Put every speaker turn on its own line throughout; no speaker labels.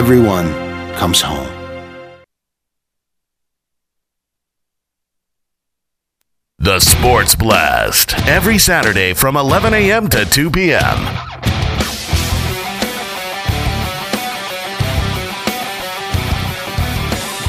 everyone comes home.
The Sports Blast. Every Saturday from 11 a.m. to 2 p.m.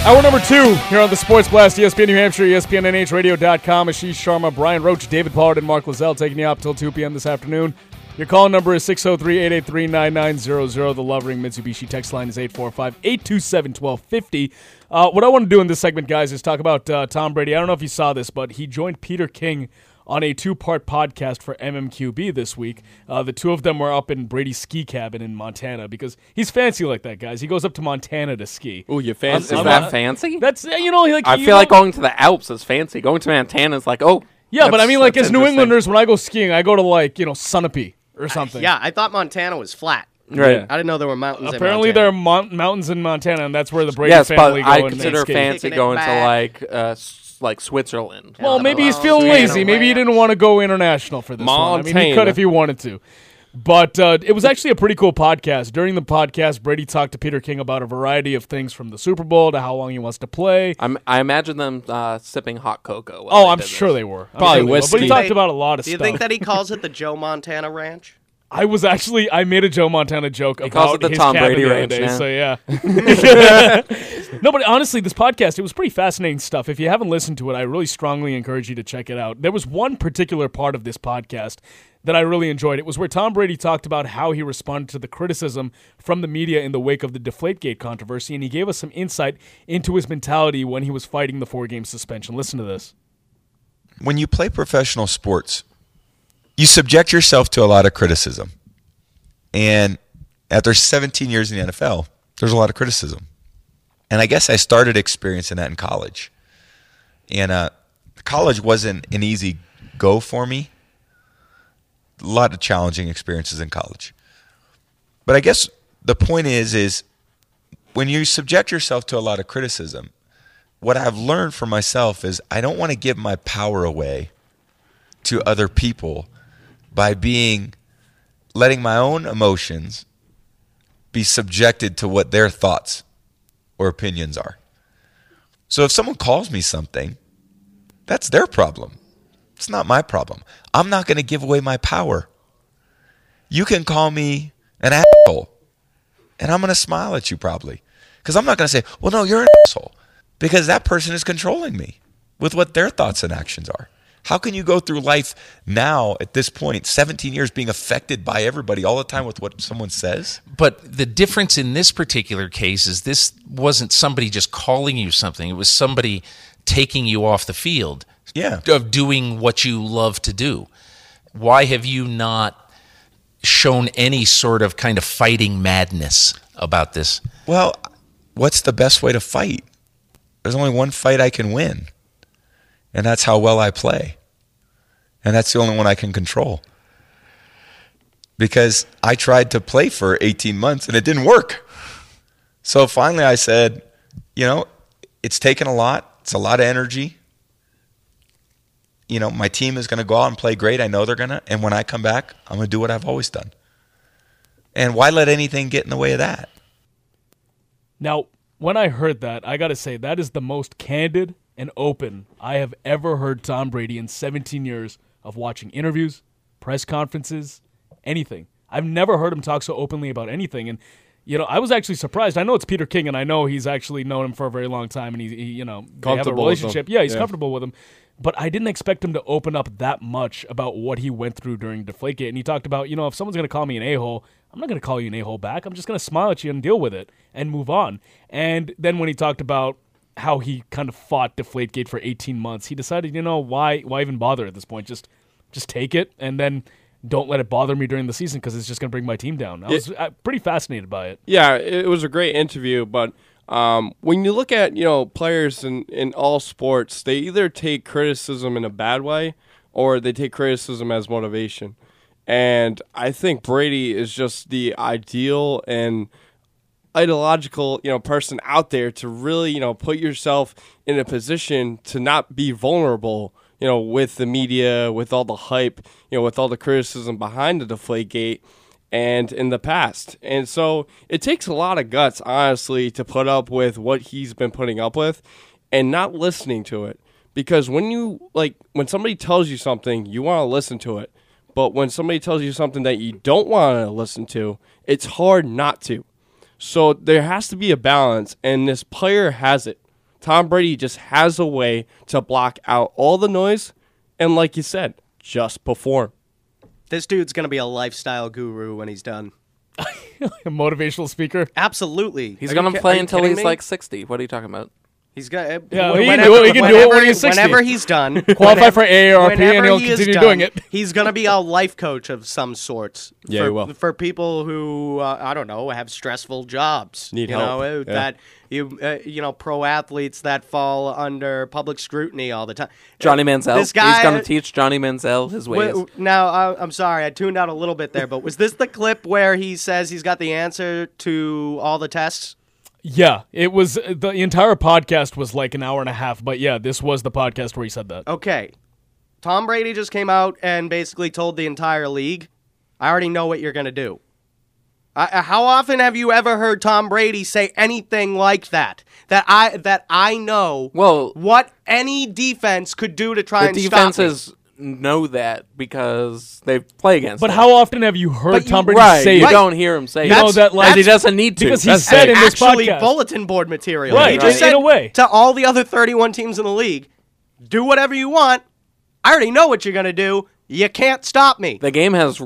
Hour number two here on the Sports Blast, E ESPN New Hampshire, ESPNNHradio.com. Ashish Sharma, Brian Roach, David Pollard, and Mark Lazell taking you up till 2 p.m. this afternoon. Your call number is 603 883 9900. The Lovering Mitsubishi text line is 845 827 1250. Uh, What I want to do in this segment, guys, is talk about uh, Tom Brady. I don't know if you saw this, but he joined Peter King on a two part podcast for MMQB this week. Uh, the two of them were up in Brady's ski cabin in Montana because he's fancy like that, guys. He goes up to Montana to ski.
Ooh, you fancy?
I'm-
Is
I'm
that
not-
fancy?
That's, uh, you know, like,
I
you
feel
know-
like going to the Alps is fancy. Going to Montana is like, oh,
Yeah, but I
that's-
mean, like
that's
as New
interesting.
Englanders, when I go skiing, I go to like you know Sunapee or something.
Yeah, I thought Montana was flat.
right?
I didn't know there were mountains.
Apparently,
in
there are
Montana.
mon- mountains in Montana, and that's where the Brady
Yes, but
family go
I
and
consider
ski.
fancy
Kicking it
going to
back.
like uh, s- like Switzerland.
Well, maybe he's feeling
Montana
lazy. Maybe he
land.
didn't want to go international for this one. I mean, he could
Montana.
if he wanted to. But uh, it was actually a pretty cool podcast. During the podcast, Brady talked to Peter King about a variety of things from the Super Bowl to how long he wants to play.
I'm, I imagine them uh, sipping hot cocoa. while
Oh,
they
I'm
did
sure
this.
they were. I'm
Probably
sure they were. But
whiskey.
he talked about a lot of
Do you
stuff.
think that he calls it the Joe Montana Ranch?
I was actually I made a Joe Montana joke
calls
about
it the
his
Tom
cabin
Brady
the other
ranch
day,
now.
so yeah. no, but honestly, this podcast it was pretty fascinating stuff. If you haven't listened to it, I really strongly encourage you to check it out. There was one particular part of this podcast that I really enjoyed. It was where Tom Brady talked about how he responded to the criticism from the media in the wake of the Deflategate controversy, and he gave us some insight into his mentality when he was fighting the four-game suspension. Listen to this.
when you play professional sports, you subject yourself to a lot of criticism. And after 17 years in the NFL, there's a lot of criticism. And I guess I started experiencing that in college. And uh, college wasn't an easy go for me. A lot of challenging experiences in college. But I guess the point is is when you subject yourself to a lot of criticism, what I've learned for myself is I don't want to give my power away to other people by being letting my own emotions be subjected to what their thoughts or opinions are. So if someone calls me something, that's their problem. It's not my problem. I'm not going to give away my power. You can call me an asshole and I'm going to smile at you probably because I'm not going to say, well, no, you're an asshole because that person is controlling me with what their thoughts and actions are. How can you go through life now at this point, 17 years, being affected by everybody all the time with what someone says?
But the difference in this particular case is this wasn't somebody just calling you something, it was somebody taking you off the field
Yeah.
of doing what you love to do. Why have you not shown any sort of kind of fighting madness about this?
Well, what's the best way to fight? There's only one fight I can win, and that's how well I play. And that's the only one I can control. Because I tried to play for 18 months and it didn't work. So finally I said, you know, it's taken a lot, it's a lot of energy. You know, my team is going to go out and play great. I know they're going to. And when I come back, I'm going to do what I've always done. And why let anything get in the way of that?
Now, when I heard that, I got to say that is the most candid and open I have ever heard Tom Brady in 17 years of watching interviews, press conferences, anything. I've never heard him talk so openly about anything and you know, I was actually surprised. I know it's Peter King, and I know he's actually known him for a very long time, and he, he you know, they have a
Comfortable with him.
relationship. Yeah, he's
Yeah.
comfortable with him, but I didn't expect him to open up that much about what he went through during Deflategate. And he talked about, you know, if someone's going to call me an a hole, I'm not going to call you an a hole back. I'm just going to smile at you and deal with it and move on. And then when he talked about how he kind of fought Deflategate for 18 months, he decided, you know, why why even bother at this point? Just just take it and then. Don't let it bother me during the season because it's just going to bring my team down. I was uh, pretty fascinated by it.
Yeah, it it was a great interview, but um, when you look at you know players in, in all sports, they either take criticism in a bad way or they take criticism as motivation. And I think Brady is just the ideal and ideological you know person out there to really you know put yourself in a position to not be vulnerable you know with the media with all the hype you know with all the criticism behind the deflate gate and in the past. And so it takes a lot of guts, honestly, to put up with what he's been putting up with and not listening to it. Because when you like when somebody tells you something, you want to listen to it. But when somebody tells you something that you don't want to listen to, it's hard not to. So there has to be a balance, and this player has it. Tom Brady just has a way to block out all the noise, and like you said, just perform.
This dude's gonna be a lifestyle guru when he's done.
A motivational speaker.
Absolutely,
He's
Are
gonna
you ki- are
play
you
until
kidding
he's
me?
like 60. What are you talking about?
he's gonna.
Yeah,
wh-
he can do it. He can do it
whenever-
when he's 60.
Whenever he's done,
Qualify for
whenever-
AARP and
whenever
he'll
he is
continue
done,
doing it.
He's gonna be a life coach of some sorts.
Yeah,
for,
he will.
for people who uh, I don't know have stressful jobs.
Need
you
help,
know, uh,
yeah.
that you uh, you know pro athletes that fall under public scrutiny all the time.
Johnny Manziel.
This guy.
he's gonna teach Johnny Manziel his
Wait,
ways.
w- now I, I'm sorry, I tuned out a little bit there, but was this the clip where he says he's got the answer to all the tests?
Yeah, it was uh, the entire podcast was like an hour and a half, but yeah, this was the podcast where he said that.
Okay, Tom Brady just came out and basically told the entire league, "I already know what you're gonna do." I, I- how often have you ever heard Tom Brady say anything like that? That I that I know
Well-
what any defense could do to try
The
and stop me.
defenses know that because they play against.
But
him.
how often have you heard
But you-
Tom Brady
Right,
say
you
it?
don't hear him say
You
that.
know that, like-
Because he doesn't need to.
Because he
That's
said
the
in
thing.
this
actually
podcast.
bulletin board material.
Right,
he
right.
just said
In a way.
to all the other 31 teams in the league, do whatever you want. I already know what you're going to do. You can't stop me.
the game has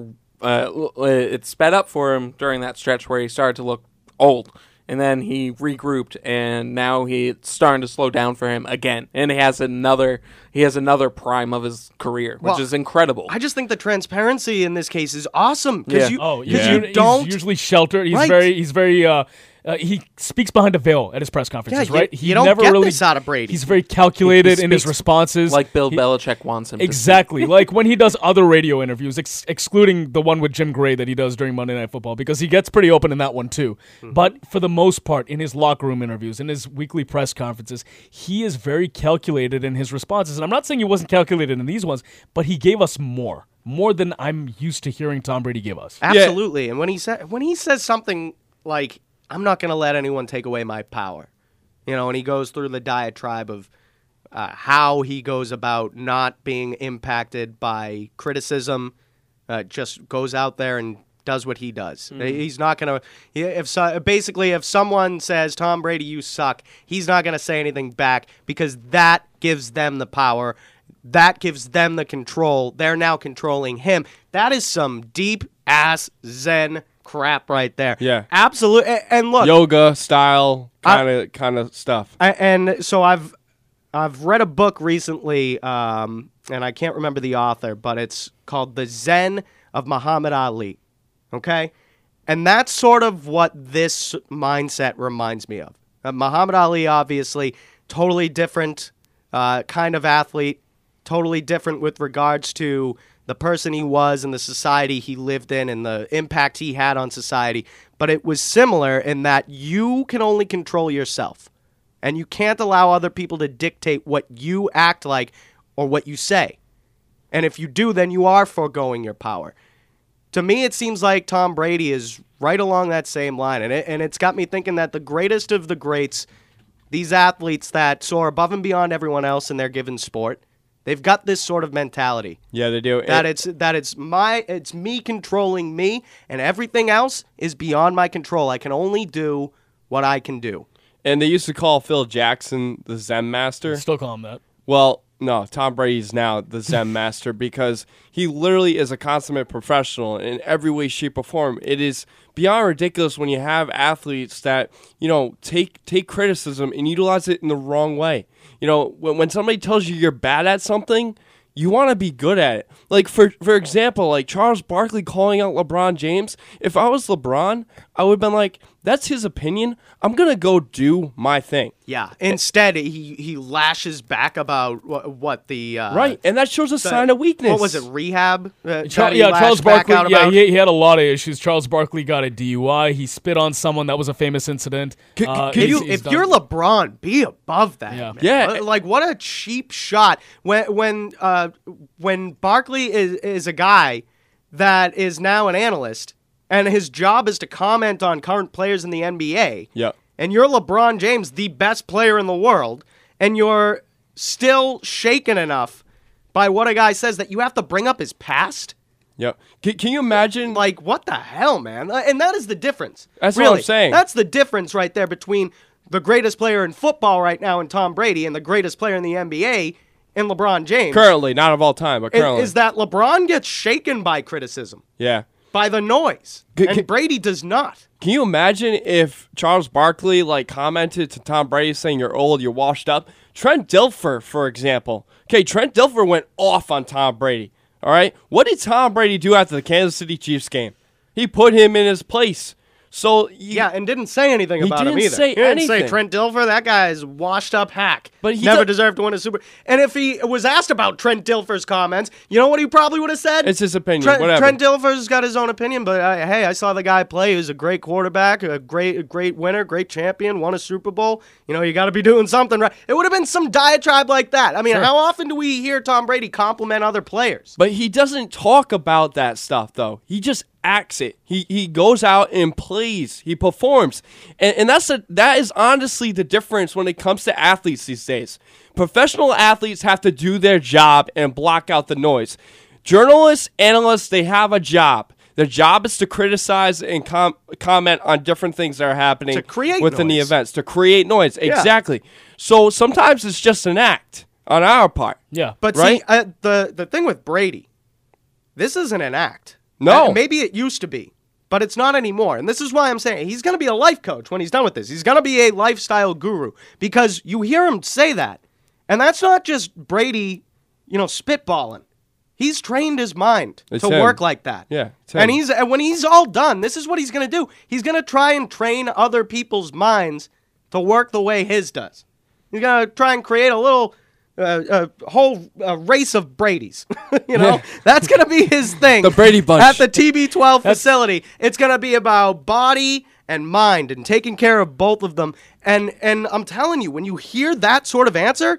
uh, l- uh, it sped up for him during that stretch where he started to look old and then he regrouped and now he it's starting to slow down for him again and he has another he has another prime of his career which
Well,
is incredible
I just think the transparency in this case is awesome
Yeah.
because you,
Oh,
'cause
yeah.
you
He's
don't.
usually sheltered. He's
Right.
very he's very uh, uh, he speaks behind a veil at his press conferences,
Yeah, you-
right?
you
He
don't
never
get
really
this out of Brady.
He's very calculated
He
in his
speaks
responses.
like bill
He-
belichick wants him
Exactly. like when he does other radio interviews, ex- excluding the one with Jim Gray that he does during Monday Night Football, because he gets pretty open in that one too. But for the most part, in his locker room interviews, in his weekly press conferences, he is very calculated in his responses. And I'm not saying he wasn't calculated in these ones, but he gave us more. More than I'm used to hearing Tom Brady give us.
Absolutely. And when he said when he says something like I'm not going to let anyone take away my power. You know, and he goes through the diatribe of uh, how he goes about not being impacted by criticism. Uh, just goes out there and does what he does. He's not going to if so, basically if someone says Tom Brady you suck, he's not going to say anything back because that gives them the power. That gives them the control. They're now controlling him. That is some deep ass zen crap right there.
Yeah.
Absolutely. And look,
Yoga style kind of kind of stuff.
I, and so I've I've read a book recently, um, and I can't remember the author, but it's called The Zen of Muhammad Ali. Okay, and that's sort of what this mindset reminds me of. Uh, Muhammad Ali, obviously, totally different uh, kind of athlete, totally different with regards to the person he was and the society he lived in and the impact he had on society. But it was similar in that you can only control yourself and you can't allow other people to dictate what you act like or what you say. And if you do, then you are foregoing your power. To me, it seems like Tom Brady is right along that same line, and it, and it's got me thinking that the greatest of the greats, these athletes that soar above and beyond everyone else in their given sport, they've got this sort of mentality
Yeah, they do.
that
It-
it's that it's my it's me controlling me, and everything else is beyond my control. I can only do what I can do.
and they used to call Phil Jackson the Zen master.
Still call him that.
Well, no, Tom Brady's now the Zen master because he literally is a consummate professional in every way, shape, or form. It is beyond ridiculous when you have athletes that you know take take criticism and utilize it in the wrong way. You know, when, when somebody tells you you're bad at something, you want to be good at it. Like for for example, like Charles Barkley calling out LeBron James. If I was LeBron, I would have been like, "That's his opinion. I'm gonna go do my thing."
Yeah. Instead, he he lashes back about what, what the uh,
Right, and that shows a
the-
sign of weakness.
What was it? Rehab. Uh,
Char-
that he
yeah,
lashed
Charles
back
Barkley.
out
Yeah,
about?
he, he had a lot of issues. Charles Barkley got a DUI. He spit on someone. That was a famous incident.
Could-
Uh,
could
he's-
if, you,
he's
if
done-
you're LeBron, be above that.
Yeah.
man.
Yeah.
Li- Like what a cheap shot when when uh, when Barkley is is a guy that is now an analyst and his job is to comment on current players in the NBA.
Yeah.
And you're LeBron James, the best player in the world, and you're still shaken enough by what a guy says that you have to bring up his past.
Yep. Can, can you imagine?
Like, what the hell, man? Uh, And that is the difference.
That's what
really.
I'm saying.
That's the difference right there between the greatest player in football right now and Tom Brady and the greatest player in the NBA and LeBron James.
currently, not of all time, but
i-
currently.
Is that LeBron gets shaken by criticism,
yeah.
by the noise,
G- g-
and Brady does not.
Can you imagine if Charles Barkley like commented to Tom Brady saying you're old, you're washed up? Trent Dilfer, for example. Okay, Trent Dilfer went off on Tom Brady. All right, what did Tom Brady do after the Kansas City Chiefs game? He put him in his place. So you-
Yeah, and didn't say anything
He
about him
didn't
either.
say
he didn't say
anything.
Trent Dilfer. That guy's washed up hack.
But he
never
do-
deserved to win a Super. And if he was asked about Trent Dilfer's comments, you know what he probably would have said?
It's his opinion,
Trent,
whatever.
Trent Dilfer's got his own opinion, but uh, hey, I saw the guy play. He was a great quarterback, a great, a great winner, great champion, won a Super Bowl. You know, you got to be doing something right. It would have been some diatribe like that. I mean, how often do we hear Tom Brady compliment other players?
But he doesn't talk about that stuff though. He just acts it. He he goes out and plays. He performs. And and that's a, that is honestly the difference when it comes to athletes these days. Professional athletes have to do their job and block out the noise. Journalists, analysts, they have a job. Their job is to criticize and com- comment on different things that are happening
To create
within the
noise.
events, to create noise. Exactly. So sometimes it's just an act on our part.
Yeah.
But
Right?
see, uh, the the thing with Brady, this isn't an act.
No.
Uh, maybe it used to be, but it's not anymore. And this is why I'm saying he's going to be a life coach when he's done with this. He's going to be a lifestyle guru because you hear him say that, and that's not just Brady, you know, spitballing. He's trained his mind
It's
to
him.
work like that.
Yeah, it's him.
and he's and when he's all done, this is what he's going to do. He's going to try and train other people's minds to work the way his does. He's going to try and create a little uh, a whole uh, race of Brady's. you know, that's going to be his thing.
The Brady Bunch.
at the TB12 facility. It's going to be about body and mind and taking care of both of them. And and I'm telling you, when you hear that sort of answer.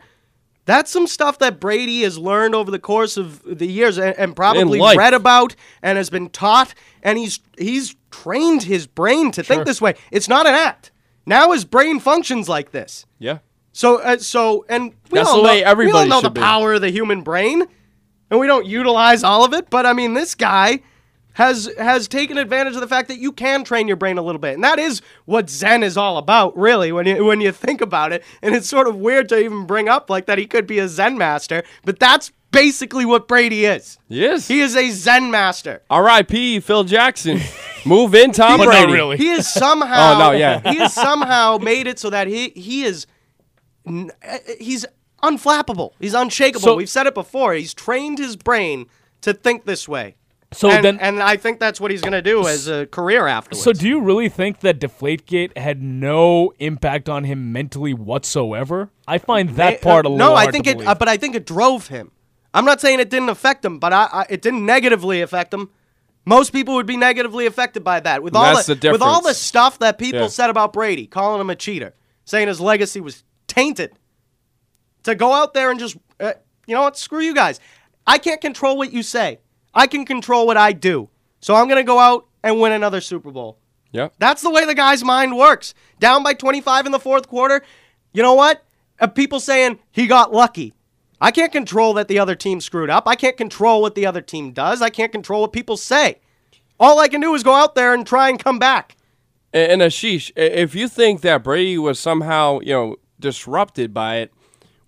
That's some stuff that Brady has learned over the course of the years and, and probably
life.
read about and has been taught and he's he's trained his brain to think this way. It's not an act. Now his brain functions like this.
Yeah.
So, uh, so, and we
That's
all
the way
know, we all
everybody
know the
should be.
power of the human brain, and we don't utilize all of it. But I mean, this guy has has taken advantage of the fact that you can train your brain a little bit, and that is what Zen is all about, really. When you when you think about it, and it's sort of weird to even bring up like that he could be a Zen master, but that's basically what Brady is.
Yes.
He is a Zen master.
R.I.P. Phil Jackson. Move in, Tom
But not
Brady.
really.
He is somehow.
Oh, no, yeah.
He has somehow made it so that he he is n- uh, he's unflappable. He's unshakable.
So-
We've said it before. He's trained his brain to think this way.
so
and,
then
and I think that's what he's going to do uh, as a career afterwards.
So, do you really think that Deflategate had no impact on him mentally whatsoever? I find that part a
Uh,
little
no, I
hard
think
to
it,
believe.
uh, but I think it drove him. I'm not saying it didn't affect him, but I, I it didn't negatively affect him. Most people would be negatively affected by that. With all
That's
the,
the
with all the
difference.
stuff that people
Yeah.
said about Brady, calling him a cheater, saying his legacy was tainted. To go out there and just, uh, you know what? Screw you guys. I can't control what you say. I can control what I do. So I'm gonna go out and win another Super Bowl.
Yep.
That's the way the guy's mind works. Down by 25 in the fourth quarter. You know what? Uh, people saying he got lucky. I can't control that the other team screwed up. I can't control what the other team does. I can't control what people say. All I can do is go out there and try and come back.
And, and Ashish, i- if you think that Brady was somehow, you know, disrupted by it,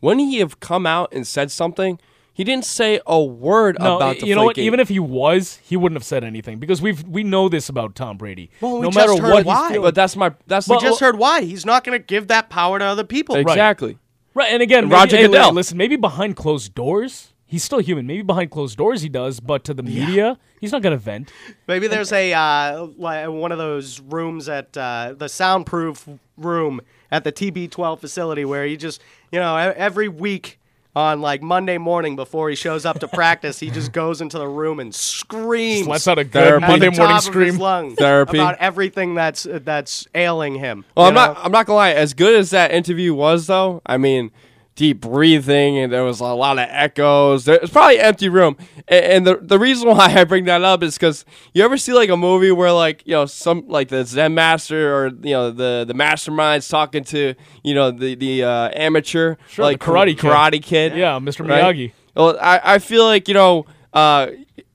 wouldn't he have come out and said something? He didn't say a word
no,
about the
you know what? Even if he was, he wouldn't have said anything because we've we know this about Tom Brady.
Well, we
no
just
matter
heard
what,
why.
but that's my that's
We
the-
just heard why. He's not going to give that power to other people.
exactly.
right? And again,
And
maybe-
Roger
hey,
Goodell.
Listen, maybe behind closed doors, he's still human. Maybe behind closed doors, he does. But to the media, he's not going to vent.
Maybe there's a uh, li- one of those rooms at uh, the soundproof room at the TB12 facility where you just you know e- every week on like Monday morning before he shows up to practice, he just goes into the room and screams.
Let's out a good
Therapy.
at the
Monday
top
morning
of
scream.
his lungs
Therapy.
about everything that's that's ailing him.
Well,
you
I'm
know?
not. I'm not gonna lie. As good as that interview was, though, I mean, deep breathing and there was a lot of echoes. There, it's probably an empty room. And, and the the reason why I bring that up is because you ever see like a movie where like you know some like the Zen master or you know the the mastermind's talking to you know the the uh, amateur
Sure,
like
the Karate Kid.
karate kid.
Yeah, Mr.
right?
Miyagi.
Well, I, I feel like you know, uh,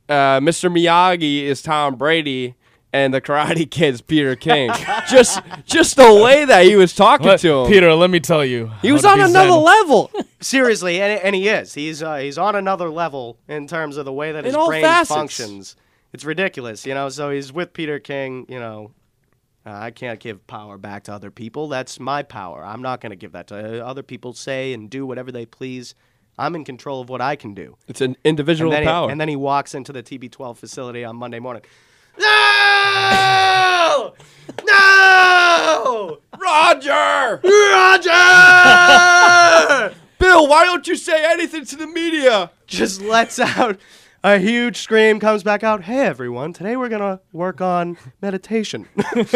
uh, Mr. Miyagi is Tom Brady, and the Karate Kid's Peter King. just just the way that he was talking
Let-
to him,
Peter, let me tell you.
he was
how to
on
be
another
Zen.
level
Seriously, and, and he is. He's uh, he's on another level in terms of the way that his
all
brain
facets.
functions. It's ridiculous, you know. So he's with Peter King, you know. Uh, I can't give power back to other people. That's my power. I'm not going to give that to uh, other people. Say and do whatever they please. I'm in control of what I can do.
It's an individual
and then
power.
He, and then he walks into the TB12 facility on Monday morning. No! No!
Roger,
Roger!
Bill, why don't you say anything to the media?
Just lets out a huge scream, comes back out. Hey, everyone, today we're going to work on meditation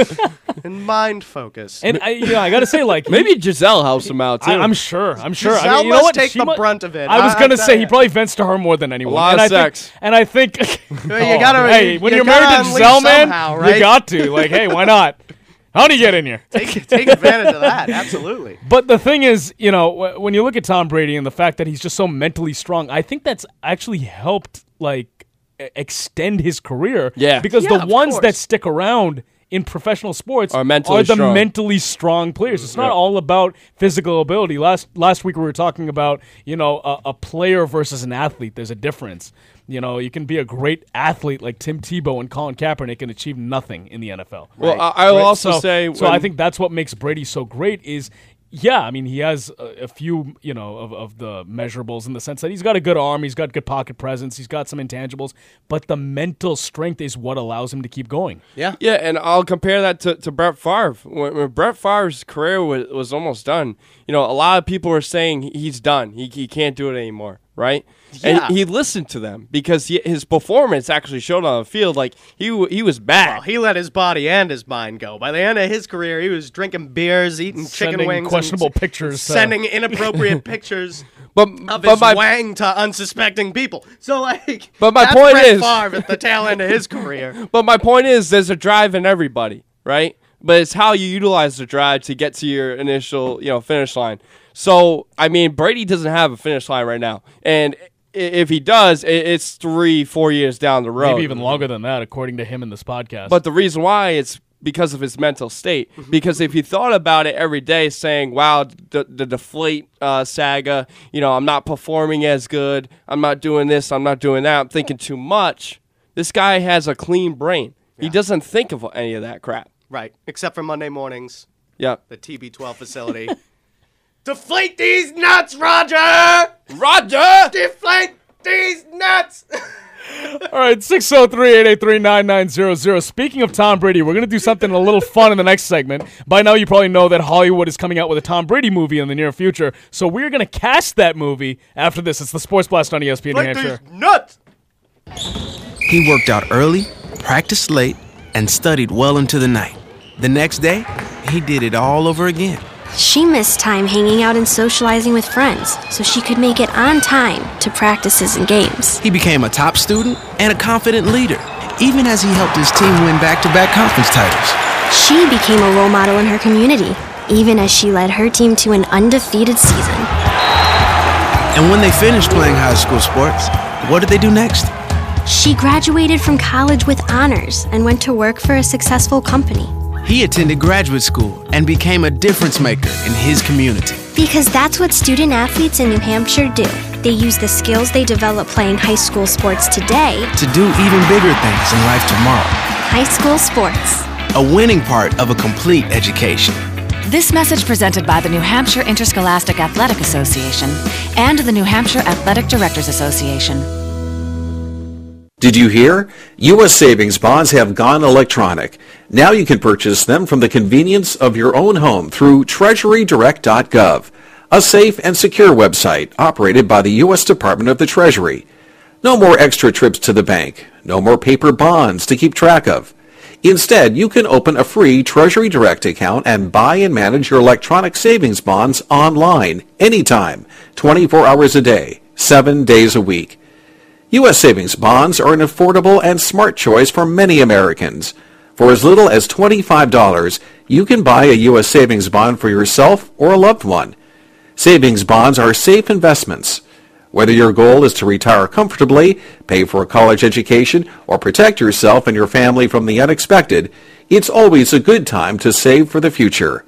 and mind focus.
And I, you know, I gotta say, like
Maybe Giselle helps him out too.
I, I'm sure. I'm sure. I
Giselle
mean, you know
must
what?
take
She
the
mu-
brunt of it.
I was
I-
gonna
I tell
say
ya.
he probably vents to her more than anyone.
lot
and
of
I think-
sex.
and I think Oh,
Well, you gotta-
Hey,
you-
when
you
are married to
gotta unleash
Giselle, man,
somehow,
you
right?
got to. Like, hey, why not? How do you get in here?
take, take advantage of that, absolutely.
But the thing is, you know, wh- when you look at Tom Brady and the fact that he's just so mentally strong, I think that's actually helped like e- extend his career.
Yeah.
because
Yeah,
the
of
ones
course.
that stick around in professional sports
Are mentally
the
strong.
mentally strong players. It's not all about physical ability. Last last week we were talking about you know a, a player versus an athlete. There's a difference. You know, you can be a great athlete like Tim Tebow and Colin Kaepernick and achieve nothing in the NFL.
Well, I, I will
Right?
also
so,
say.
so
when-
I think that's what makes Brady so great is yeah, I mean he has a, a few you know of, of the measurables in the sense that he's got a good arm, he's got good pocket presence, he's got some intangibles, but the mental strength is what allows him to keep going.
Yeah, and I'll compare that to, to Brett Favre. When, when Brett Favre's career was, was almost done, you know, a lot of people were saying he- he's done. He, he can't do it anymore, right?
Yeah.
And he listened to them because he, his performance actually showed on the field. Like, he w- he was back.
Well, he let his body and his mind go. By the end of his career, he was drinking beers, eating
Sending
chicken wings, and
questionable
s-
pictures, uh,
sending inappropriate pictures
but,
of
but
his
my,
wang to unsuspecting people. So, like,
But my
that's
point
Brett
is-
Favre at the tail end of his career.
but my point is, there's a drive in everybody, right? But it's how you utilize the drive to get to your initial, you know, finish line. So, I mean, Brady doesn't have a finish line right now, and i- if he does, i- it's three, four years down the road,
Maybe even longer than that, according to him in this podcast.
But the reason why it's because of his mental state.
Mm-hmm.
Because if he thought about it every day, saying, "Wow, the, the deflate uh, saga," you know, I'm not performing as good. I'm not doing this. I'm not doing that. I'm thinking too much. This guy has a clean brain. He doesn't think of any of that crap.
Right. Except for Monday mornings,
Yeah,
the TB12 facility. Deflate these nuts, Roger! Roger! Deflate these nuts!
all right, 603-883-9900. Speaking of Tom Brady, we're going to do something a little fun in the next segment. By now you probably know that Hollywood is coming out with a Tom Brady movie in the near future, so we're going to cast that movie after this. It's the Sports Blast on E ESPN New
Deflate
Hampshire.
these nuts!
He worked out early, practiced late, and studied well into the night. The next day, he did it all over again.
She missed time hanging out and socializing with friends so she could make it on time to practices and games.
He became a top student and a confident leader, even as he helped his team win back to back conference titles.
She became a role model in her community, even as she led her team to an undefeated season.
And when they finished playing high school sports, what did they do next?
She graduated from college with honors and went to work for a successful company.
He attended graduate school and became a difference maker in his community.
Because that's what student athletes in New Hampshire do. They use the skills they develop playing high school sports today.
To do even bigger things in life tomorrow.
High school sports.
A winning part of a complete education.
This message presented by the New Hampshire Interscholastic Athletic Association and the New Hampshire Athletic Directors Association.
Did you hear? U.S. savings bonds have gone electronic. Now you can purchase them from the convenience of your own home through TreasuryDirect.gov, a safe and secure website operated by the U.S. Department of the Treasury. No more extra trips to the bank. No more paper bonds to keep track of. Instead, you can open a free Treasury Direct account and buy and manage your electronic savings bonds online, anytime, 24 hours a day, 7 days a week. U.S. savings bonds are an affordable and smart choice for many Americans. For as little as $25, you can buy a U.S. savings bond for yourself or a loved one. Savings bonds are safe investments. Whether your goal is to retire comfortably, pay for a college education, or protect yourself and your family from the unexpected, it's always a good time to save for the future.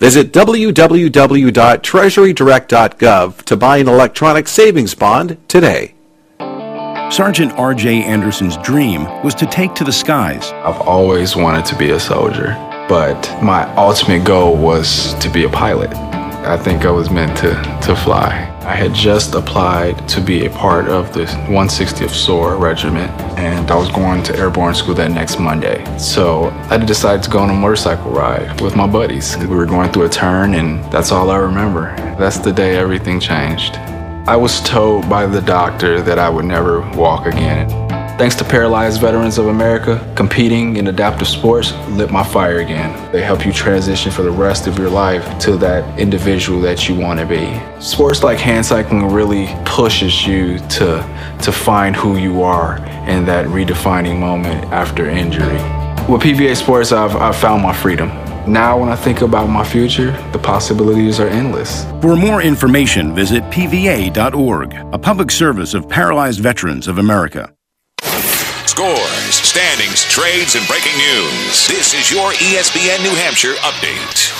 Visit www.treasurydirect.gov to buy an electronic savings bond today.
Sergeant R.J. Anderson's dream was to take to the skies.
I've always wanted to be a soldier, but my ultimate goal was to be a pilot. I think I was meant to, to fly. I had just applied to be a part of the 160th SOAR Regiment, and I was going to airborne school that next Monday. So I decided to go on a motorcycle ride with my buddies. We were going through a turn, and that's all I remember. That's the day everything changed. I was told by the doctor that I would never walk again. Thanks to Paralyzed Veterans of America, competing in adaptive sports lit my fire again. They help you transition for the rest of your life to that individual that you want to be. Sports like hand cycling really pushes you to, to find who you are in that redefining moment after injury. With PBA Sports, I've, I've found my freedom. Now, when I think about my future, the possibilities are endless.
For more information, visit PVA.org, a public service of Paralyzed Veterans of America.
Scores, standings, trades, and breaking news. This is your E ESPN New Hampshire update.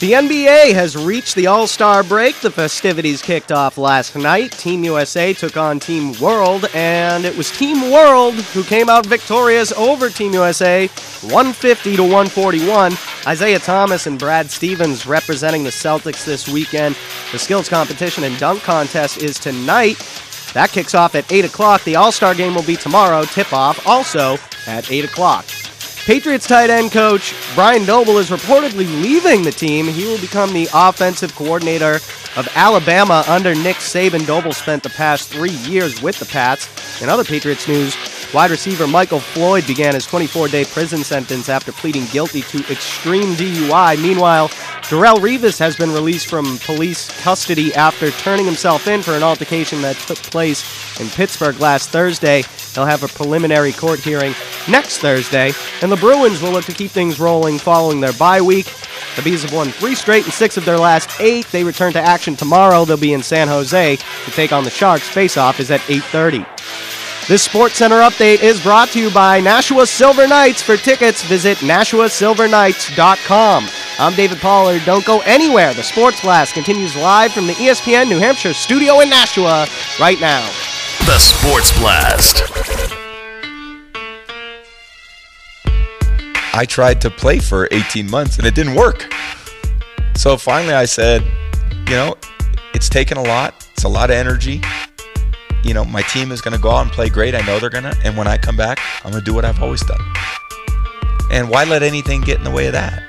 The NBA has reached the All Star break. The festivities kicked off last night. Team USA took on Team World, and it was Team World who came out victorious over Team USA 150 to 141. Isaiah Thomas and Brad Stevens representing the Celtics this weekend. The skills competition and dunk contest is tonight. That kicks off at 8 o'clock. The All Star game will be tomorrow. Tip off also at 8 o'clock. Patriots tight end coach Brian Noble is reportedly leaving the team. He will become the offensive coordinator of Alabama under Nick Saban. Noble spent the past three years with the Pats. In other Patriots news, wide receiver Michael Floyd began his 24 day prison sentence after pleading guilty to extreme DUI. Meanwhile, Darrell Revis has been released from police custody after turning himself in for an altercation that took place in Pittsburgh last Thursday. They'll have a preliminary court hearing next Thursday, and the Bruins will look to keep things rolling following their bye week. The Bees have won three straight and six of their last eight. They return to action tomorrow. They'll be in San Jose to take on the Sharks. Face-off is at 8:30. This Sports Center update is brought to you by Nashua Silver Knights. For tickets, visit NashuaSilverKnights.com. I'm David Pollard. Don't go anywhere. The Sports Blast continues live from the E ESPN New Hampshire studio in Nashua right now.
The Sports Blast.
I tried to play for 18 months and it didn't work. So finally I said, you know, it's taken a lot. It's a lot of energy. You know, my team is going to go out and play great. I know they're going to. And when I come back, I'm going to do what I've always done. And why let anything get in the way of that?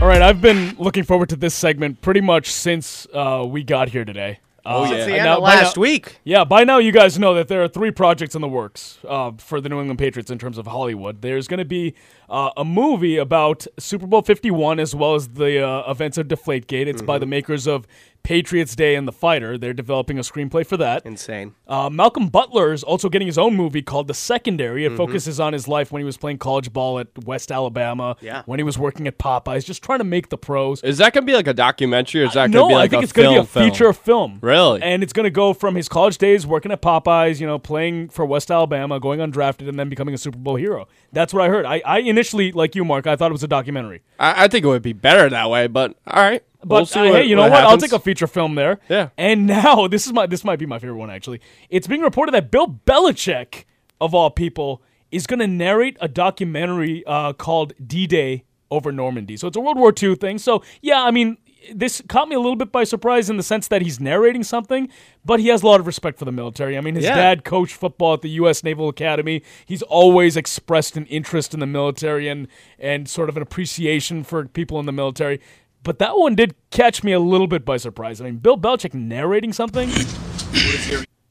All right, I've been looking forward to this segment pretty much since uh, we got here today.
Oh,
Uh,
yeah. Since the
and
end of
by
last week.
Yeah, by now you guys know that there are three projects in the works uh, for the New England Patriots in terms of Hollywood. There's going to be uh, a movie about Super Bowl 51 as well as the uh, events of Deflategate. It's
Mm-hmm.
by the makers of Patriots Day and The Fighter. They're developing a screenplay for that.
Insane.
Uh, Malcolm Butler is also getting his own movie called The Secondary.
Mm-hmm.
It focuses on his life when he was playing college ball at West Alabama,
Yeah.
when he was working at Popeyes, just trying to make the pros.
Is that gonna be like a documentary? Or is that gonna
Uh, no,
be
I
like
think
a
it's going to be
film
a feature
Film?
film.
Really?
And it's going to go from his college days working at Popeyes, you know, playing for West Alabama, going undrafted, and then becoming a Super Bowl hero. That's what I heard. I, I initially, like you, Mark, I thought it was a documentary.
I, I think it would be better that way. But all right,
But
we'll see
uh,
what,
hey, you know what? I'll
happens.
take a feature film there. Yeah. And now this is my this might be my favorite one actually. It's being reported that Bill Belichick, of all people, is going to narrate a documentary uh, called D-Day over Normandy. So it's a World War II thing. So yeah, I mean. This caught me a little bit by surprise in the sense that he's narrating something, but he has a lot of respect for the military. I mean, his
Yeah.
dad coached football at the U.S. Naval Academy. He's always expressed an interest in the military and and sort of an appreciation for people in the military. But that one did catch me a little bit by surprise. I mean, Bill Belichick narrating something.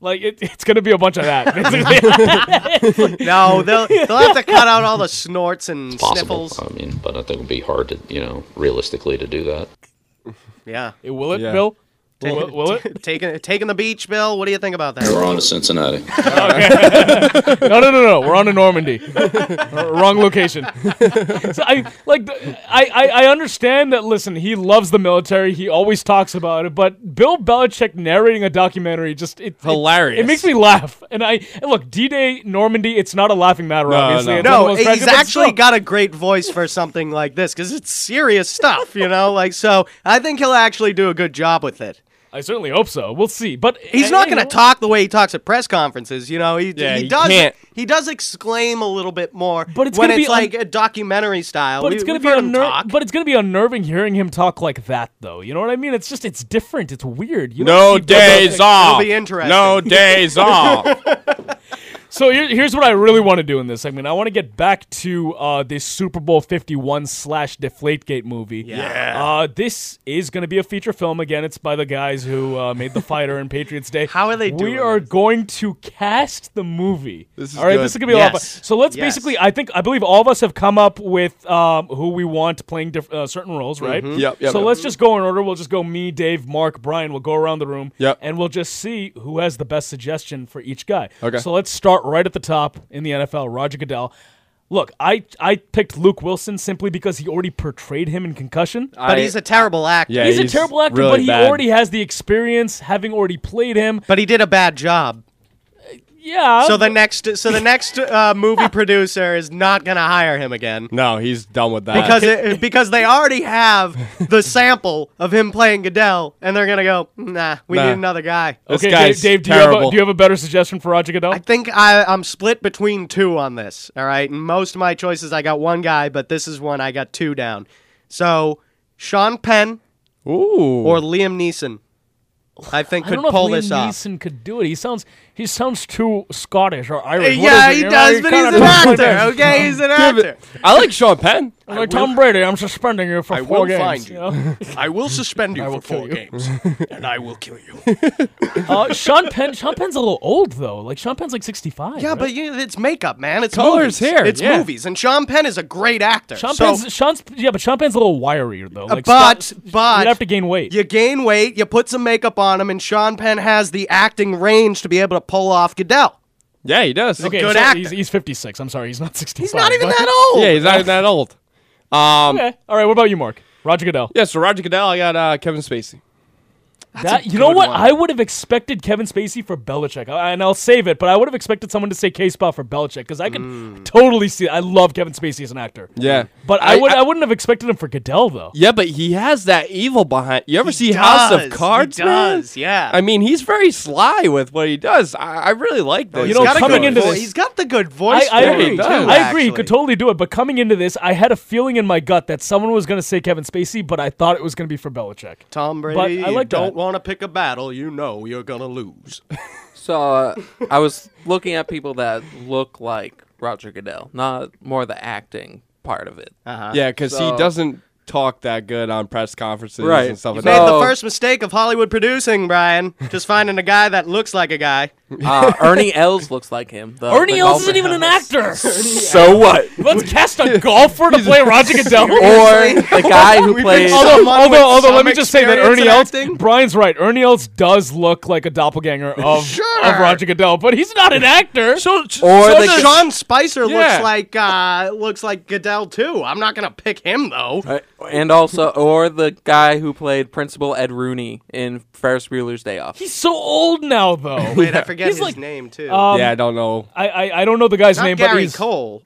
Like it, it's gonna be a bunch of that. basically.
no, they'll they'll have to cut out all the snorts and
possible.
sniffles.
I mean, but I think it would be hard to, you know, realistically to do that.
Yeah.
Will it,
Yeah. Bill?
Will it- will it?
taking taking the beach, Bill? What do you think about that?
We're on to Cincinnati.
no, no, no, no. We're on to Normandy. Uh, Wrong location. So I like. the- I, I I understand that. Listen, he loves the military. He always talks about it. But Bill Belichick narrating a documentary just it, it-
Hilarious.
It, makes me laugh. And I and look, D Day Normandy. It's not a laughing matter. obviously, It's one
no,
of those
he's
tragedies, but
actually
still.
got a great voice for something like this because it's serious stuff, you know. Like, so I think he'll actually do a good job with it.
I certainly hope so. We'll see. But eh,
He's not going to talk the way he talks at press conferences, you know. He,
Yeah,
he
you
does
can't.
he does exclaim a little bit more, but
it's
when
gonna
it's
be un-
like a documentary style.
But
We-
it's gonna
we've
be
heard him talk.
unnerving. But it's gonna be unnerving hearing him talk like that, though. You know what I mean? It's just it's different. It's weird. You don't
No
see Bill Belichick-
days off. No days off.
So here, here's what I really want to do in this segment. I want to get back to uh, this Super Bowl 51 slash Deflategate movie.
Yeah.
Uh, this is going to be a feature film again. It's by the guys who uh, made The Fighter and Patriots Day. How are they doing? We are going to cast the movie. This
is
all right.
good.
This is going to be a lot of
Yes.
fun. So let's
Yes.
basically, I think, I believe all of us have come up with um, who we want playing diff- uh, certain roles, right?
Mhm. Yep, yep,
so
yep.
let's just go in order. We'll just go me, Dave, Mark, Brian. We'll go around the room.
Yep.
And we'll just see who has the best suggestion for each guy.
Okay.
So let's start right at the top in the NFL. Roger Goodell. Look, I I picked Luke Wilson simply because he already portrayed him in concussion.
But I- he's a terrible actor. yeah,
he's,
he's
a terrible actor,
really
but he
bad.
already has the experience, having already played him. Um,
But he did a bad job.
Yeah.
So the
but-
next, so the next uh, movie producer is not going to hire him again
No, he's done with that.
because it, because they already have the sample of him playing Goodell, and they're going to go, nah, we
Nah.
need another guy.
Okay, Dave, Dave do, you have a, do you have a better suggestion for Roger Goodell?
I think I, I'm split between two on this. All right, and most of my choices I got one guy, but this is one I got two down. So Sean Penn,
ooh,
or Liam Neeson, I think
I
could
don't know
pull
if Liam
this off.
Neeson could do it. He sounds he sounds too Scottish or Irish. What
yeah,
is it? You
he
know,
does,
you
but
kinda
he's an
don't like
actor.
that.
Okay, he's an
Give it-
actor.
I like Sean Penn.
I'm like Tom Brady, I'm suspending you for
I
four
will
games.
find you.
I will suspend you
for four
games, and I will kill you.
uh, Sean Penn. Sean Penn's a little old though. Like Sean Penn's like sixty five.
Yeah, but you, it's makeup, man. It's
Colors
movies.
here,
It's
yeah.
movies, and Sean Penn is a great actor.
Sean
so,
Penn's Sean's yeah, but Sean Penn's a little wirier though.
Uh,
Like,
but
Scott-
but
you'd have to gain weight.
You gain weight. You put some makeup on him, and Sean Penn has the acting range to be able to pull off Goodell.
Yeah, he does.
okay,
good
so
actor.
He's, he's fifty six. I'm sorry, he's not sixty five.
He's not even that old.
Yeah, he's not even that old. Um,
Okay. All right. What about you, Mark? Roger Goodell.
Yeah, so Roger Goodell, I got uh, Kevin Spacey.
That,
a
you know
good
what?
one.
I would have expected Kevin Spacey for Belichick, I- and I'll save it. But I would have expected someone to say K spot for Belichick because I
Mm.
can totally see. I love Kevin Spacey as an actor.
Yeah.
but I,
I-
would I,
I-
wouldn't have expected him for Goodell though.
Yeah, but he has that evil behind. You ever see House
does,
of
he
Cards? man?
does, yeah.
I mean, he's very sly with what he does. I, I really like this.
You know, coming into
Well,
this,
he's got the good
I,
voice.
I
for it,
agree.
too,
I agree. He
actually.
could totally do it. But coming into this, I had a feeling in my gut that someone was going to say Kevin Spacey, but I thought it was going to be for Belichick.
Tom Brady,
But I
you
like
don't
that.
want to pick a battle. You know you're gonna lose.
So uh, I was looking at people that look like Roger Goodell, not more the acting part of it.
Uh-huh.
Yeah, because
So-
he doesn't talk that good on press conferences
Right.
and stuff
You
like
made
that.
Oh.
the first mistake of Hollywood producing, Brian. Just finding a guy that looks like a guy.
Uh, Ernie Els looks like him. The,
uh,
Ernie
the
Els isn't
golfer.
even an actor.
So what?
Let's cast a golfer to play Roger Goodell,
Or the guy who
We've been
plays-
Although,
Someone
although,
with
although let
some
me just say that
experience
Ernie
in
Els, Brian's right. Ernie Els does look like a doppelganger of, of Roger Goodell, but he's not an actor.
So, or
Or so does Sean Spicer
Yeah.
looks like uh, looks like Goodell too. I'm not gonna pick him though.
Uh, and also, or the guy who played Principal Ed Rooney in Ferris Bueller's Day Off.
He's so old now, though.
Wait, I forget
He's
his
like-
name too.
um,
yeah, I don't know.
I, I I don't know the guy's
Not
name, but
Gary
he's
Cole.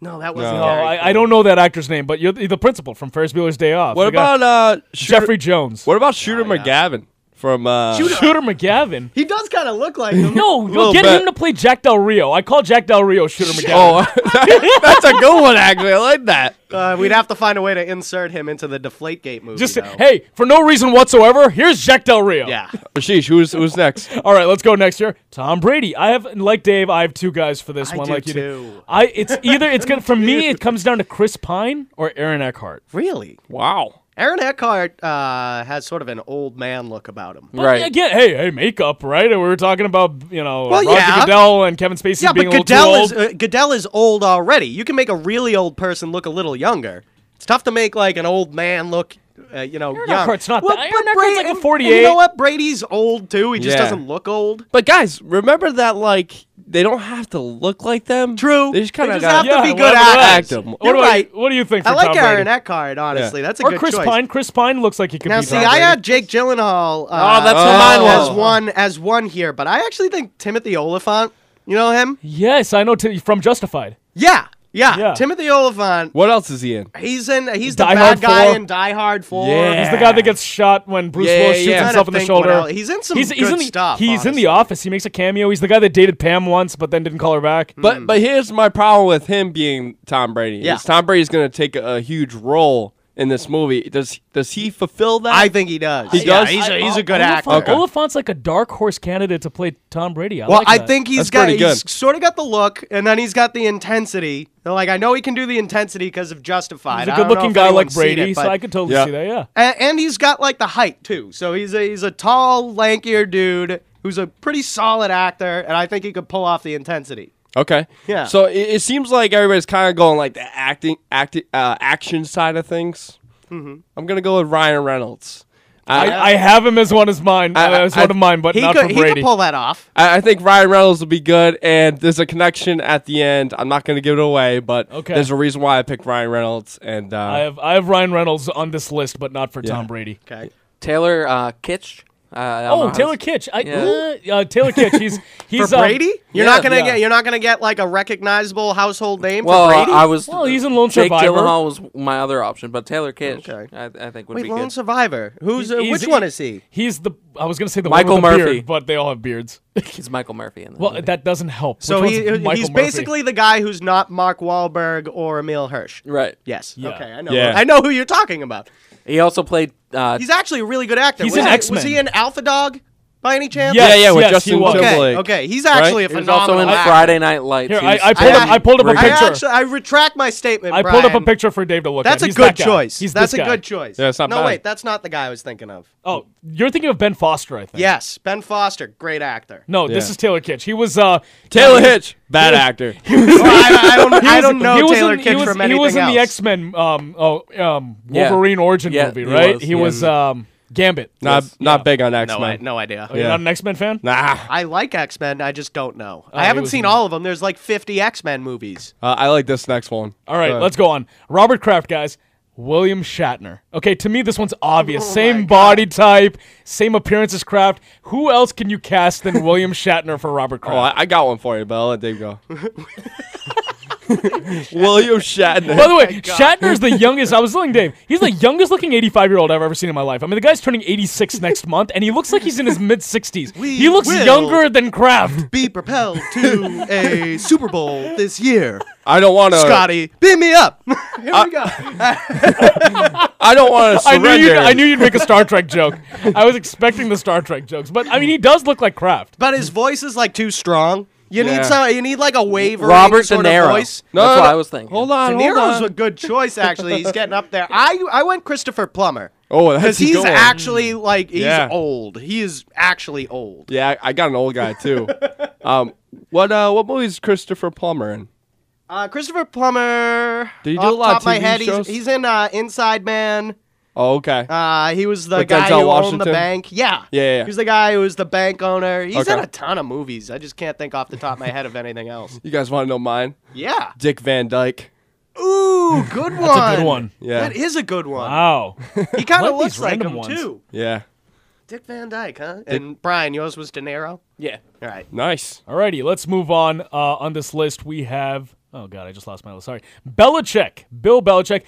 No, that
No,
wasn't Gary.
I, I don't know that actor's name, but you're the, the principal from Ferris Bueller's Day Off.
What
The guy-
about uh,
Jeffrey Jones?
What about Shooter McGavin from uh,
Shooter, Shooter McGavin?
He does kind of look like him.
No,
Little
you'll get
bit.
him to play Jack Del Rio. I call Jack Del Rio Shooter
Oh,
McGavin.
that's a good one actually. I like that.
Uh, we'd have to find a way to insert him into the Deflategate movie.
Just
though.
hey, for no reason whatsoever, here's Jack Del Rio.
Yeah.
Sheesh, who's who's next?
All right, let's go next year. Tom Brady. I have like Dave. I have two guys for this
I
one.
do
like you
too.
I it's either it's gonna for me it comes down to Chris Pine or Aaron Eckhart.
Really?
Wow.
Aaron Eckhart uh, has sort of an old man look about him.
Well, I get, hey, hey, makeup, right? We were talking about you know
Well,
Roger
yeah.
Goodell and Kevin Spacey
yeah,
being
but
a little too
Goodell
old.
is uh, Goodell is old already. You can make a really old person look a little younger. It's tough to make like an old man look, uh, you know, young.
Eckhart's not
well,
that-
but
Aaron
Brady,
Eckhart's like a
and- and
48.
You know what? Brady's old too. He just
Yeah.
doesn't look old.
But guys, remember that like they don't have to look like them. True. They just kind of
just have to be good
act
actors.
them.
You're
what do
right.
I? What do you think?
I
for
like
Tom
Aaron
Brady?
Eckhart. Honestly,
Yeah.
that's a
or
good
Chris
choice.
Pine. Chris Pine looks like he could
Now,
be
see,
Tom
I
Brady.
had Jake Gyllenhaal. Uh,
Oh, that's what mine was.
As one, as one here, but I actually think Timothy Oliphant. You know him?
Yes, I know t- from Justified.
Yeah, yeah. Timothy Oliphant.
What else is he in?
He's in. He's
Die
the
Hard
bad guy
4.
in Die Hard Four.
He's the guy that gets shot when Bruce
Yeah,
Willis
yeah,
shoots
yeah. Trying to
himself in the
think what
shoulder.
else. He's in some
in
good
the,
stuff,
He's in the office. He makes a cameo. He's the guy that dated Pam once, but then didn't call her back.
Hmm.
But but here's my problem with him being Tom Brady.
Yeah.
Is Tom Brady's going to take a, a huge role in this movie. Does does he fulfill that?
I think he does.
He
Yeah,
does.
he's a- Oh, he's a good
Oliphant,
Okay.
Oliphant's like a dark horse candidate to play Tom Brady. I
well,
like
I
that.
think he's got he's sort of got the look, and then he's got the intensity. They're like, I know he can do the intensity because of Justified.
He's a
I don't know
good-looking
if
guy like
anyone's seen
Brady,
it,
so
but-
I could totally see that. Yeah.
A- and he's got like the height too. So he's a, he's a tall, lankier dude who's a pretty solid actor, and I think he could pull off the intensity.
Okay.
Yeah.
So it, it seems like everybody's kind of going like the acting, acti- uh, action side of things.
Mhm.
I'm gonna go with Ryan Reynolds. Uh,
I, I have him as one as mine, Uh,
I-
as
I-
one of mine, but
he
not
could-
for
he could
Brady.
pull
that off.
I, I think Ryan Reynolds will be good, and there's a connection at the end. I'm not gonna give it away, but
Okay.
there's a reason why I picked Ryan Reynolds. And uh,
I have I have Ryan Reynolds on this list, but not for
Yeah.
Tom Brady.
Okay.
Taylor uh, Kitsch. Uh, I don't know
Oh,
how
Taylor
to-
Kitsch. I,
Yeah.
uh, uh, Taylor Kitsch. He's he's
for
um,
Brady,
yeah,
you're not gonna
yeah.
get you're not gonna get like a recognizable household name
Well,
for Brady.
I was.
Well, he's in Lone
Jake
Survivor.
Gyllenhaal was my other option, but Taylor Kitsch, I, I think would
Wait,
be
Lone
good.
Survivor.
He's-
Who's uh,
he's-
which one is he?
He's the I was gonna say the
Michael
one with the
Murphy.
beard, but they all have beards.
He's Michael Murphy in that.
Well, that doesn't help.
So
Which
he,
one's Michael
he's
Murphy?
basically the guy who's not Mark Wahlberg or Emil Hirsch.
Right.
Yes. Okay, I know.
Yeah.
I know who you're talking about.
He also played. Uh,
He's actually a really good actor.
He's
was
in
he,
X-Men.
Was he in Alpha Dog by any chance?
Yes, Yeah, yeah, with
yes, Justin he was. Timberlake.
Okay, okay. he's actually
Right?
a
He was also
phenomenal
in
actor.
Friday Night Lights.
Here,
He
I-
was-
I pulled up- I pulled up a
I
picture.
actually, I retract my statement.
I pulled up a
Brian.
picture for Dave to look
That's
at.
a
He's
good
that guy.
choice.
He's
That's a
this guy.
good choice. no, wait, that's not the guy I was thinking of.
Oh, you're thinking of Ben Foster, I think.
Yes, Ben Foster, great actor.
No, this
Yeah.
is Taylor Kitsch. He was uh
Taylor
he was-
Hitch, bad
he was-
actor.
Oh, I, I don't,
He
I
was-
don't know
he was
Taylor
in- he
Kitsch
was-
from
He
anything
was in
else.
the X Men um, oh, um,
Yeah.
Wolverine origin
Yeah,
movie,
he
right?
was,
He
yeah.
was um, Gambit.
Not
Yes.
not
Yeah.
big on X Men.
I- no idea.
Oh, you're not an X Men fan?
Nah.
I like X Men. I just don't know.
Oh,
I
he
haven't
was
seen
in-
all of them. There's like 50 X Men movies.
Uh, I like this next one.
All right, let's go on. Robert Kraft, guys. William Shatner. Okay, to me this one's
Oh
obvious. same body type, same appearance as Kraft. Who else can you cast than William Shatner for Robert
Oh,
Kraft?
I, I got one for you, but I'll let Dave go. William Shatner.
By the
Oh
way, Shatner's the youngest. I was telling Dave, he's the youngest looking 85 year old I've ever seen in my life. I mean, the guy's turning 86 next month, and he looks like he's in his mid 60s. He looks
will
younger than Kraft.
Be propelled to a Super Bowl this year.
I don't want to.
Scotty, beat me up. Here we go.
I don't want to
I knew, you'd,
surrender.
I knew you'd make a Star Trek joke. I was expecting the Star Trek jokes, but I mean, he does look like Kraft.
But his voice is like too strong. You
Yeah.
need some. You need like a wavering
Robert De
sort
Niro.
Of voice.
No, That's no, what no. I was thinking. Hold on,
De
hold
Niro's
on.
a good choice actually. He's getting up there. I I went Christopher Plummer.
Oh, that's a
he's
good one.
actually like he's
Yeah.
old. He is actually old.
Yeah, I- I got an old guy too. um, what uh, what movie is Christopher Plummer in?
Uh, Christopher Plummer.
Did he do
off
a lot of
top my
TV
head,
shows?
He's, he's in uh, Inside Man.
Oh, okay.
Uh, he was the
With Denzel
guy who owned
Washington?
the bank. Yeah.
Yeah, yeah, yeah.
He was the guy who was the bank owner. He's in
Okay.
a ton of movies. I just can't think off the top of my head of anything else.
You guys want to know mine?
Yeah.
Dick Van Dyke.
Ooh, good one.
That's a good one. Yeah.
That is a good one.
Wow.
He
Like
kind of
these
looks like
random
him,
ones.
too.
Yeah.
Dick Van Dyke, huh?
Dick-
And Brian, yours was De Niro?
Yeah.
All right.
Nice.
Alrighty, let's move on. Uh, on this list, we have. Oh God, I just lost my list. Sorry, Belichick, Bill Belichick.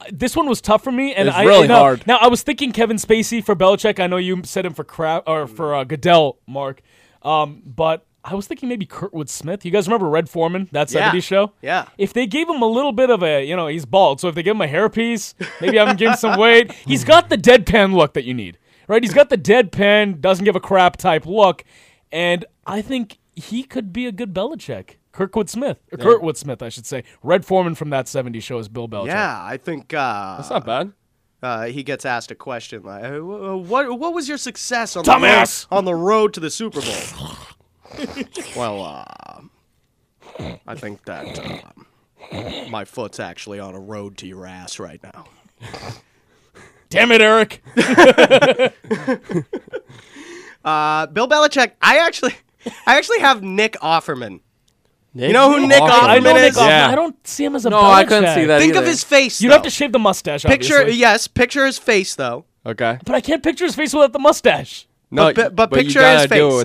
Uh, This one was tough for me, and
It's
I
really
now,
hard.
Now I was thinking Kevin Spacey for Belichick. I know you said him for crap or for uh, Goodell, Mark. Um, but I was thinking maybe Kurtwood Smith. You guys remember Red Foreman, that
Yeah.
'70s show?
Yeah.
If they gave him a little bit of a, you know, he's bald, so if they give him a hairpiece, maybe have him gain some weight. He's got the deadpan look that you need, right? He's got the deadpan, doesn't give a crap type look, and I think he could be a good Belichick. Kirkwood Smith, or
Yeah.
Kurtwood Smith, I should say. Red Foreman from that '70s show is Bill Belichick.
Yeah, I think. Uh, That's
not bad.
uh, he gets asked a question like, "Uh, wh- uh, "What what was your success on
Dumbass!
the road, on the road to the Super Bowl?" well, uh, I think that uh, my foot's actually on a road to your ass right now.
Damn it, Eric.
uh, Bill Belichick. I actually, I actually have Nick Offerman.
Nick
you know who Nick Offerman,
I know Nick
is?
Offerman. I don't see him as a
No, I couldn't
Belichick.
see that
Think of his face.
You'd
though.
have to shave the mustache.
picture.
obviously.
Yes, picture his face though.
Okay.
But I can't picture his face without the mustache.
No,
but, but
but you
picture his
gotta
face.
do it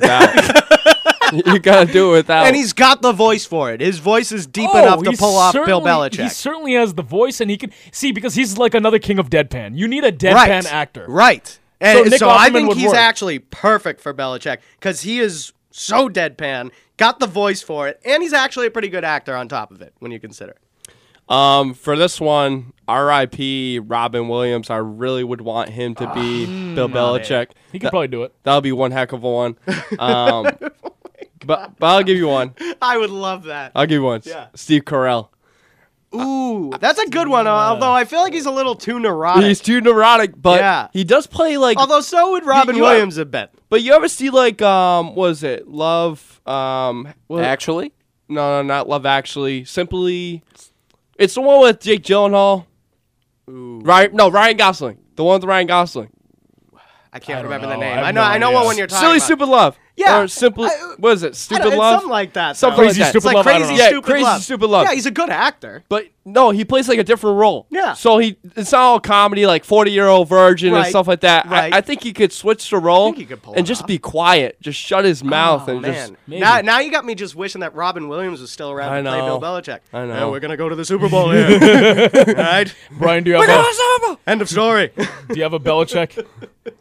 without. you gotta do it without.
and he's got the voice for it. His voice is deep enough to
Oh, he
pull off Bill
certainly-
Belichick.
He certainly has the voice, and he can see because he's like another king of deadpan. You need a deadpan
right.
actor,
Right. And so,
Nick
I
Offerman
think
would
he's
work.
actually perfect for Belichick because he is so deadpan, got the voice for it, and he's actually a pretty good actor on top of it when you consider it.
Um, for this one, R.I.P. Robin Williams. I really would want him to be Bill
Mm,
Belichick.
He could probably do it.
That'll be one heck of a one. Um, but, but I'll give you one.
I would love that.
I'll give you one.
Yeah.
Steve Carell.
Ooh, that's a good one. uh, Although I feel like he's a little too neurotic.
He's too neurotic, but
Yeah.
he does play like.
Although so would Robin
You- you-
Williams a bit.
But you ever see like um was it Love um what-
Actually?
No, no, not Love Actually. Simply It's the one with Jake Gyllenhaal. Right? No, Ryan Gosling. The one with Ryan Gosling.
I can't
don't
remember
know.
the
Oh, I
name.
have
I know.
no
I know
idea.
what one you're talking
Silly
about.
Stupid Love.
Yeah.
Or simply what is it?
I
Stupid
don't- it's
Love?
Something like that.
Something
though.
like that.
It's like Crazy
yeah,
Stupid
crazy
Love.
Stupid Love.
Yeah, he's a good actor.
But no, he plays like a different role.
Yeah.
So he it's not all comedy like forty year old virgin and
Right,
stuff like that.
right.
I, I think he could switch the role
he could pull
and
it
just
off. Oh,
be quiet. Just shut his mouth and just
Man, now, now you got me just wishing that Robin Williams was still
I
around to play Bill
know.
Belichick.
I
Yeah,
know.
we're gonna go to the Super Bowl here. All right,
Brian, do you
We're
have
gonna
a,
End of story.
do you have a Belichick?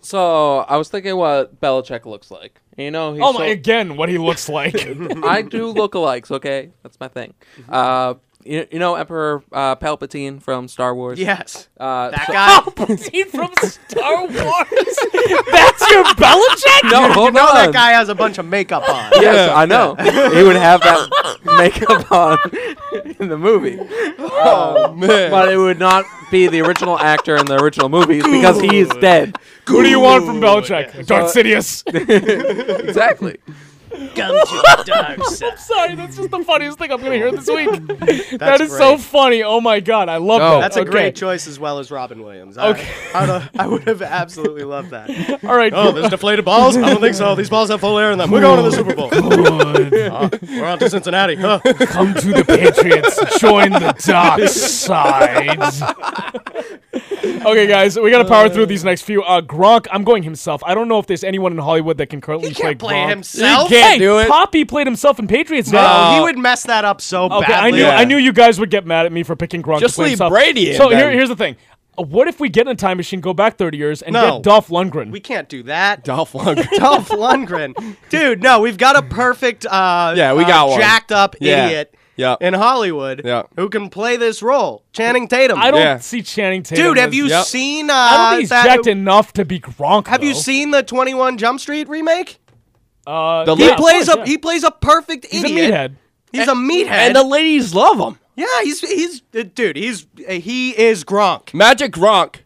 So I was thinking what Belichick looks like. You know, he's
oh my!
so-
Again, what he looks like.
I do lookalikes. Okay, that's my thing. Uh, you, you know Emperor uh, Palpatine from Star Wars.
Yes.
uh,
That
so-
guy.
Palpatine from Star Wars. That's your Belichick.
No,
you,
hold
know that
on.
guy has a bunch of makeup on.
Yes, I know. he would have that makeup on in the movie. Oh
man!
But it would not be the original actor in the original movies because he is dead. Uh,
Who do you want from Belichick? Darth
Uh,
Sidious.
exactly.
I'm sorry, that's just the funniest thing I'm gonna hear this week. That is so
great.
funny. Oh my god, I love that.
That's a
Okay.
great choice as well as Robin Williams.
Okay.
I, I, don't- I would have absolutely loved that.
All right.
Oh, there's deflated balls? I don't think so. These balls have full air in them. We're going to the Super Bowl. Uh, we're on to Cincinnati. Huh.
Come to the Patriots. Join the dark side. okay, guys, we gotta power through these next few. Uh, Gronk, I'm going himself. I don't know if there's anyone in Hollywood that can currently
can't
play
play
Gronk.
himself.
He can't do it. Poppy played himself in Patriots.
No,
Now.
he would mess that up so
Okay,
badly.
I knew I knew you guys would get mad at me for picking Gronk.
Just
to play
leave
himself.
Brady in
So here,
then.
here's the thing. Uh, What if we get in a time machine, go back 30 years, and
No.
get Dolph Lundgren?
We can't do that.
Dolph Lundgren.
Dolph Lundgren. Dude, no, we've got a perfect uh,
Yeah, we got
uh,
one.
jacked up
Yeah.
idiot
Yep.
in Hollywood
Yep.
who can play this role. Channing Tatum.
I don't
Yeah.
see Channing Tatum.
Dude, have
as-
you
Yep.
seen uh,
I don't think he's
that-
jacked enough to be Gronk.
Have you
though.
seen the 21 Jump Street remake?
Uh,
The
He
Yeah, of
plays
course,
a
yeah.
he plays a perfect
He's a
idiot.
meathead.
He's a meathead.
And the ladies love him.
yeah, he's he's uh, dude. He's uh, he is Gronk.
Magic Gronk.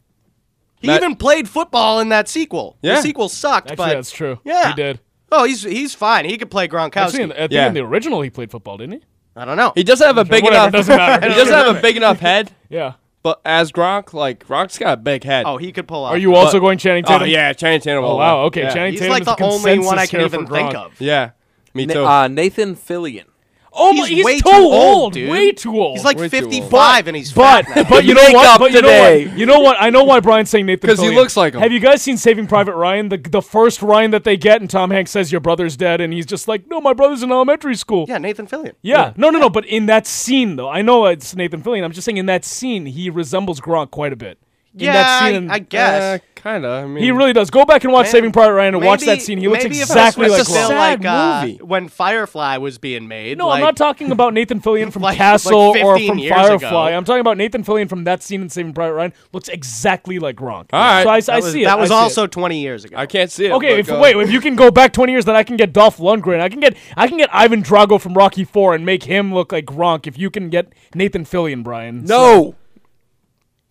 He
Ma-
even played football in that sequel.
Yeah.
the sequel sucked,
Actually,
but
that's true.
Yeah,
he did.
Oh, he's he's fine. He could play
Actually, in,
Gronkowski.
I think
Yeah.
in the original he played football, didn't he?
I don't know.
He doesn't have a big
Whatever,
enough.
doesn't matter.
he doesn't have a big enough head.
Yeah.
But as Gronk, like Gronk's got a big head.
Oh, he could pull off.
Are you also
But-
going Channing Tatum?
Oh yeah, Channing Tatum.
Oh
all
wow.
day.
Okay,
Yeah.
Channing
He's
Tatum
like
is
the only one I
consensus
can
here
even
for
think
Gronk.
of.
Yeah. Me
Na-
too.
uh, Nathan Fillion.
Oh my,
He's
he's,
way
too,
too old,
old.
dude.
Way too old.
He's like
Way too old.
55 and he's
But
fat now.
but you know
Make
what?
up
But you know
today.
what? You know what? I know why Brian's saying Nathan
'Cause he
Fillion.
looks like him.
Have you guys seen Saving Private Ryan? The the first Ryan that they get, and Tom Hanks says your brother's dead, and he's just like, no, my brother's in elementary school.
yeah, Nathan Fillion.
Yeah. No, no, no. But in that scene, though, I know it's Nathan Fillion. I'm just saying in that scene, he resembles Gronk quite a bit. In
Yeah,
that
I-
scene, in-
I guess.
Uh, kinda. I mean,
he really does. Go back and watch
Man,
Saving Private Ryan and watch that
maybe-
scene. He looks
maybe if this
exactly
was
like
still
Gronk.
like uh,
movie.
when Firefly was being made.
No, I'm
like-
not talking about Nathan Fillion from
Like- like
Castle or
15
from
years
Firefly.
ago.
I'm talking about Nathan Fillion from that scene in Saving Private Ryan. Looks exactly like Gronk.
All right.
So I, I
That was,
see it.
that was
I see
also
it.
20 years ago.
I can't see it.
Okay, if,
but, uh,
wait. If you can go back 20 years, then I can get Dolph Lundgren. I can get I can get Ivan Drago from Rocky Four and make him look like Gronk. If you can get Nathan Fillion, Brian. So-
No.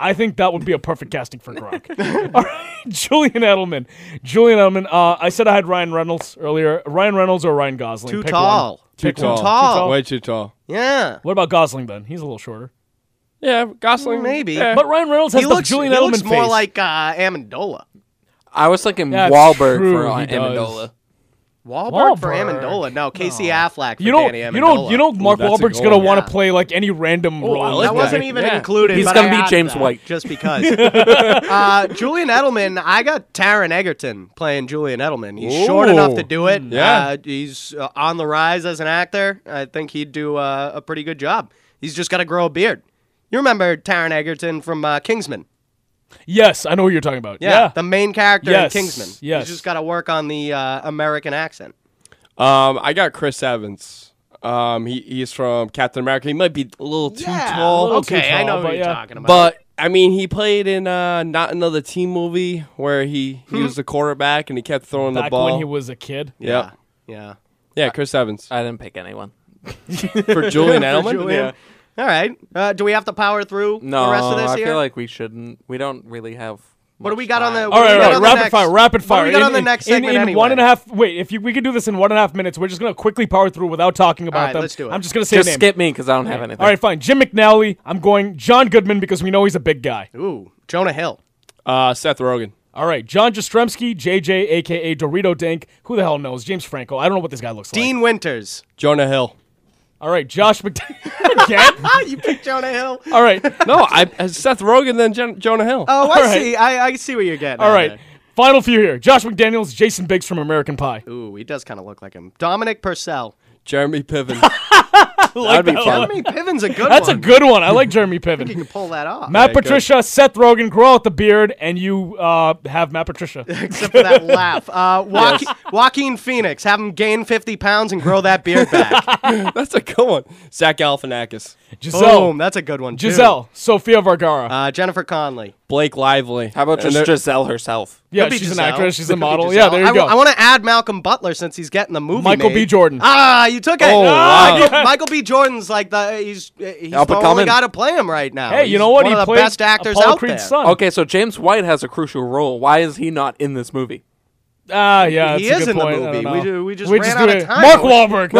I think that would be a perfect casting for Gronk. All right, Julian Edelman. Julian Edelman. Uh, I said I had Ryan Reynolds earlier. Ryan Reynolds or Ryan Gosling?
Too
Pick
tall.
one.
Too
Pick one.
tall. Way too tall.
Yeah.
What about Gosling then? He's a little shorter.
Yeah, Gosling.
Maybe.
yeah.
But Ryan Reynolds has
he
the
looks,
Julian
he
Edelman
looks more
face.
like uh, Amendola.
I was thinking
That's
Wahlberg
true,
for uh,
he does.
Amendola.
Wahlberg, for
Wahlberg.
Amendola. No, Casey Affleck for
You know,
Danny Amendola.
you know, you know. Mark
that's a
Wahlberg's
goal.
gonna want to play like any random role. in this
that wasn't
guy.
even included.
He's
but
gonna
I
be
had
James
that
White.
just because. uh, Julian Edelman, I got Taron Egerton playing Julian Edelman. He's short
Ooh.
enough to do it.
Yeah.
uh, he's uh, on the rise as an actor. I think he'd do uh, a pretty good job. He's just got to grow a beard. You remember Taron Egerton from uh, Kingsman?
Yes, I know what you're talking about.
Yeah,
Yeah,
the main character
Yes,
in Kingsman.
yes.
he's just got to work on the uh, American accent.
Um, I got Chris Evans. Um, he, he's from Captain America. He might be a little too
Yeah, a
tall.
little too Okay, I tall, know who but you're yeah. talking about.
But I mean, he played in uh, not another team movie where he he was the quarterback and he kept throwing the
Hmm. Back
ball
when he was a kid.
Yeah.
Yeah.
Yeah, Chris Evans.
I didn't pick anyone.
For Julian
For
Edelman?
Julian. All right. Uh, do we have to power through
No,
the rest of this
I
here?
feel like we shouldn't. We don't really have.
What do we got on the?
All
what do
right,
we
all
got
right.
on the
Rapid
next-
fire, rapid fire.
What do we got
in,
on the
in-
next
in,
segment
in
anyway?
one and a half. Wait, if you, we could do this in one and a half minutes, we're just gonna quickly power through without talking about
right,
them.
let's do it.
I'm just gonna say
Just
names.
skip me 'cause I don't have anything.
All right, fine. Jim McNally. I'm going John Goodman because we know he's a big guy.
Ooh, Jonah Hill.
Uh, Seth Rogen.
All right, John Jastrzemski, JJ, aka Dorito Dink. Who the hell knows? James Franco. I don't know what this guy looks like.
Dean Winters.
Jonah Hill.
All right, Josh McDaniel. Again?
you picked Jonah Hill.
All right.
No, I uh, Seth Rogen then Jon Jonah Hill.
Oh,
All
I
right.
see. I, I see what you're getting.
All
at
right.
there.
Final few here. Josh McDaniels, Jason Biggs from American Pie.
Ooh, he does kind of look like him. Dominic Purcell.
Jeremy Piven.
like
That'd be
that
fun.
Jeremy Piven's a good
That's
one.
a good one. I like Jeremy
I think you
Piven.
can pull that off.
Matt
Yeah, good.
Patricia, Seth Rogen, grow out the beard, and you uh, have Matt Patricia.
Except for that laugh. Uh, Joaqu- Joaquin Phoenix. Have him gain 50 pounds and grow that beard back.
That's a good one. Zach Galifianakis.
Giselle.
Boom. That's a good one. too.
Giselle, Sophia Vergara.
Uh, Jennifer Conley.
Blake Lively.
How about
And
just
they're-
Giselle herself?
yeah,
Could be
she's
Giselle.
an actress. She's
Could
a
be
model.
Giselle.
Yeah, there you
I
go.
wa- I want to add Malcolm Butler since he's getting the movie.
Michael B.
made.
Jordan.
Ah, you took it.
Oh, wow.
Michael, Michael B. Jordan's like the he's he's
Up
the
and
only
coming.
guy to play him right now.
hey, you
He's
know what? he
One of the
played
best actors
Apollo
out
Creed's
there.
son.
Okay, so James White has a crucial role. Why is he not in this movie?
Ah, yeah,
He
that's
is
a good
in
point.
the
I
movie.
don't
We
know.
ju- we just ran
do
out of
it.
time.
Mark Wahlberg.
We're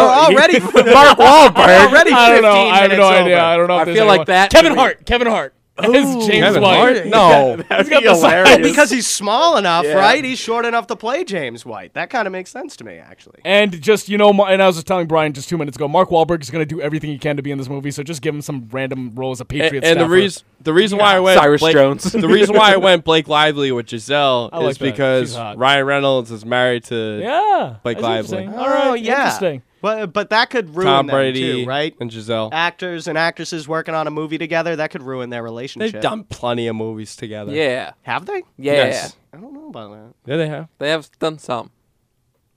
already
Mark Wahlberg.
already.
I don't know.
15
I have no
minutes
idea.
over.
I don't know. If
I
there's
feel like
anyone-
that
Kevin
could be-
Hart. Kevin Hart. Is James
Kevin
White.
Hart? No.
He's got the size.
Well, because he's small enough,
Yeah.
right? He's short enough to play James White. That kind of makes sense to me, actually.
And just you know, Ma- and I was just telling Brian just two minutes ago, Mark Wahlberg is going to do everything he can to be in this movie. So just give him some random role as a
And,
Patriot.
and the
staffer.
reason the reason why I went
Cyrus
Blake-
Jones.
the reason why I went Blake Lively with Giselle
I like
is
that. She's
because
hot.
Ryan Reynolds is married to
yeah,
Blake
that's
Lively.
interesting. All right,
oh, yeah.
interesting.
But, but that could ruin
Tom
them,
Brady,
too, right?
And Giselle.
Actors and actresses working on a movie together, that could ruin their
They've
relationship.
done plenty of movies together.
Yeah,
Have they?
yeah.
Yes.
I don't know about that.
Yeah, they have.
They have done some.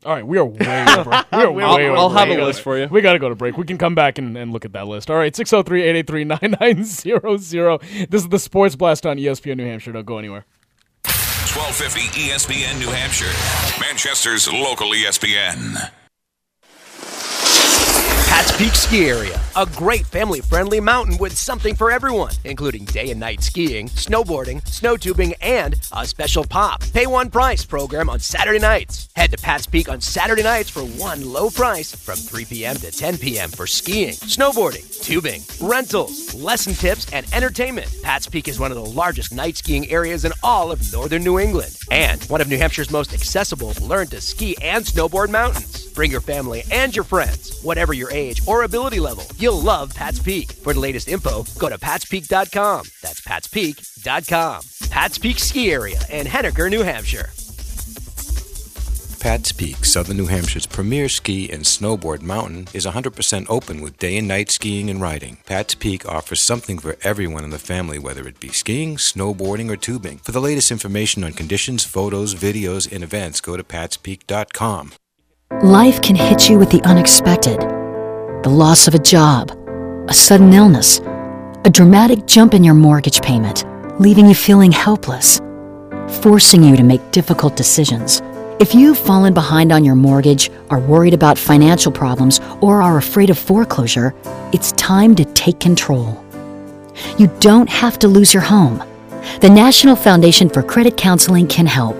All right, we are way over. We are way
I'll,
over.
I'll have
We
a
gotta-
list for you.
We got to go to break. We can come back and, and look at that list. All right, 603 883 9900. This is the Sports Blast on E ESPN New Hampshire. Don't go anywhere.
1250 ESPN New Hampshire, Manchester's local E ESPN.
Pat's Peak Ski Area, a great family friendly mountain with something for everyone, including day and night skiing, snowboarding, snow tubing, and a special pop pay one price program on Saturday nights. Head to Pat's Peak on Saturday nights for one low price from 3 p.m. to 10 p.m. for skiing, snowboarding, tubing, rentals, lesson tips, and entertainment. Pat's Peak is one of the largest night skiing areas in all of northern New England and one of New Hampshire's most accessible learn to ski and snowboard mountains. Bring your family and your friends, whatever your age or ability level. You'll love Pat's Peak. For the latest info, go to patspeak.com. That's patspeak.com. Pat's Peak Ski Area in Henniker, New Hampshire.
Pat's Peak, Southern New Hampshire's premier ski and snowboard mountain, is 100% open with day and night skiing and riding. Pat's Peak offers something for everyone in the family, whether it be skiing, snowboarding, or tubing. For the latest information on conditions, photos, videos, and events, go to patspeak.com.
Life can hit you with the unexpected the loss of a job, a sudden illness, a dramatic jump in your mortgage payment, leaving you feeling helpless, forcing you to make difficult decisions. If you've fallen behind on your mortgage, are worried about financial problems, or are afraid of foreclosure, it's time to take control. You don't have to lose your home. the National Foundation for Credit Counseling can help.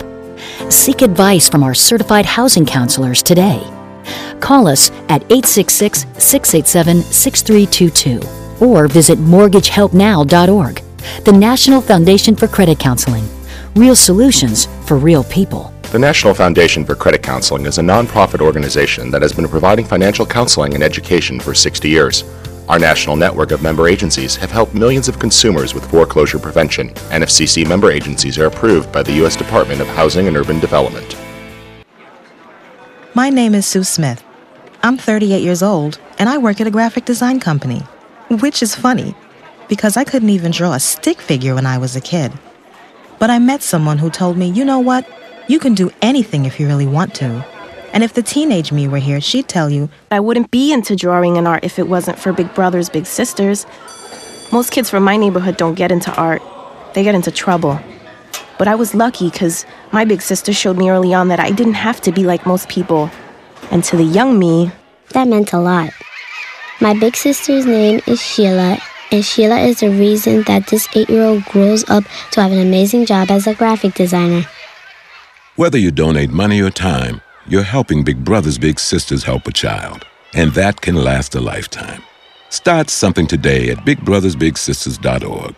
Seek advice from our certified housing counselors today. Call us at 866 687 6322 or visit mortgagehelpnow.org. The National Foundation for Credit Counseling. Real solutions for real people.
The National Foundation for Credit Counseling is a nonprofit organization that has been providing financial counseling and education for 60 years. Our national network of member agencies have helped millions of consumers with foreclosure prevention. NFCC member agencies are approved by the U.S. Department of Housing and Urban Development.
My name is Sue Smith. I'm 38 years old and I work at a graphic design company, which is funny because I couldn't even draw a stick figure when I was a kid. But I met someone who told me, you know what? You can do anything if you really want to. And if the teenage me were here, she'd tell you,
I wouldn't be into drawing and art if it wasn't for big brothers, big sisters. Most kids from my neighborhood don't get into art, they get into trouble. But I was lucky because my big sister showed me early on that I didn't have to be like most people. And to the young me,
That meant a lot. My big sister's name is Sheila, and Sheila is the reason that this eight year old grows up to have an amazing job as a graphic designer.
Whether you donate money or time, you're helping Big Brothers Big Sisters help a child, and that can last a lifetime. Start something today at bigbrothersbigsisters.org.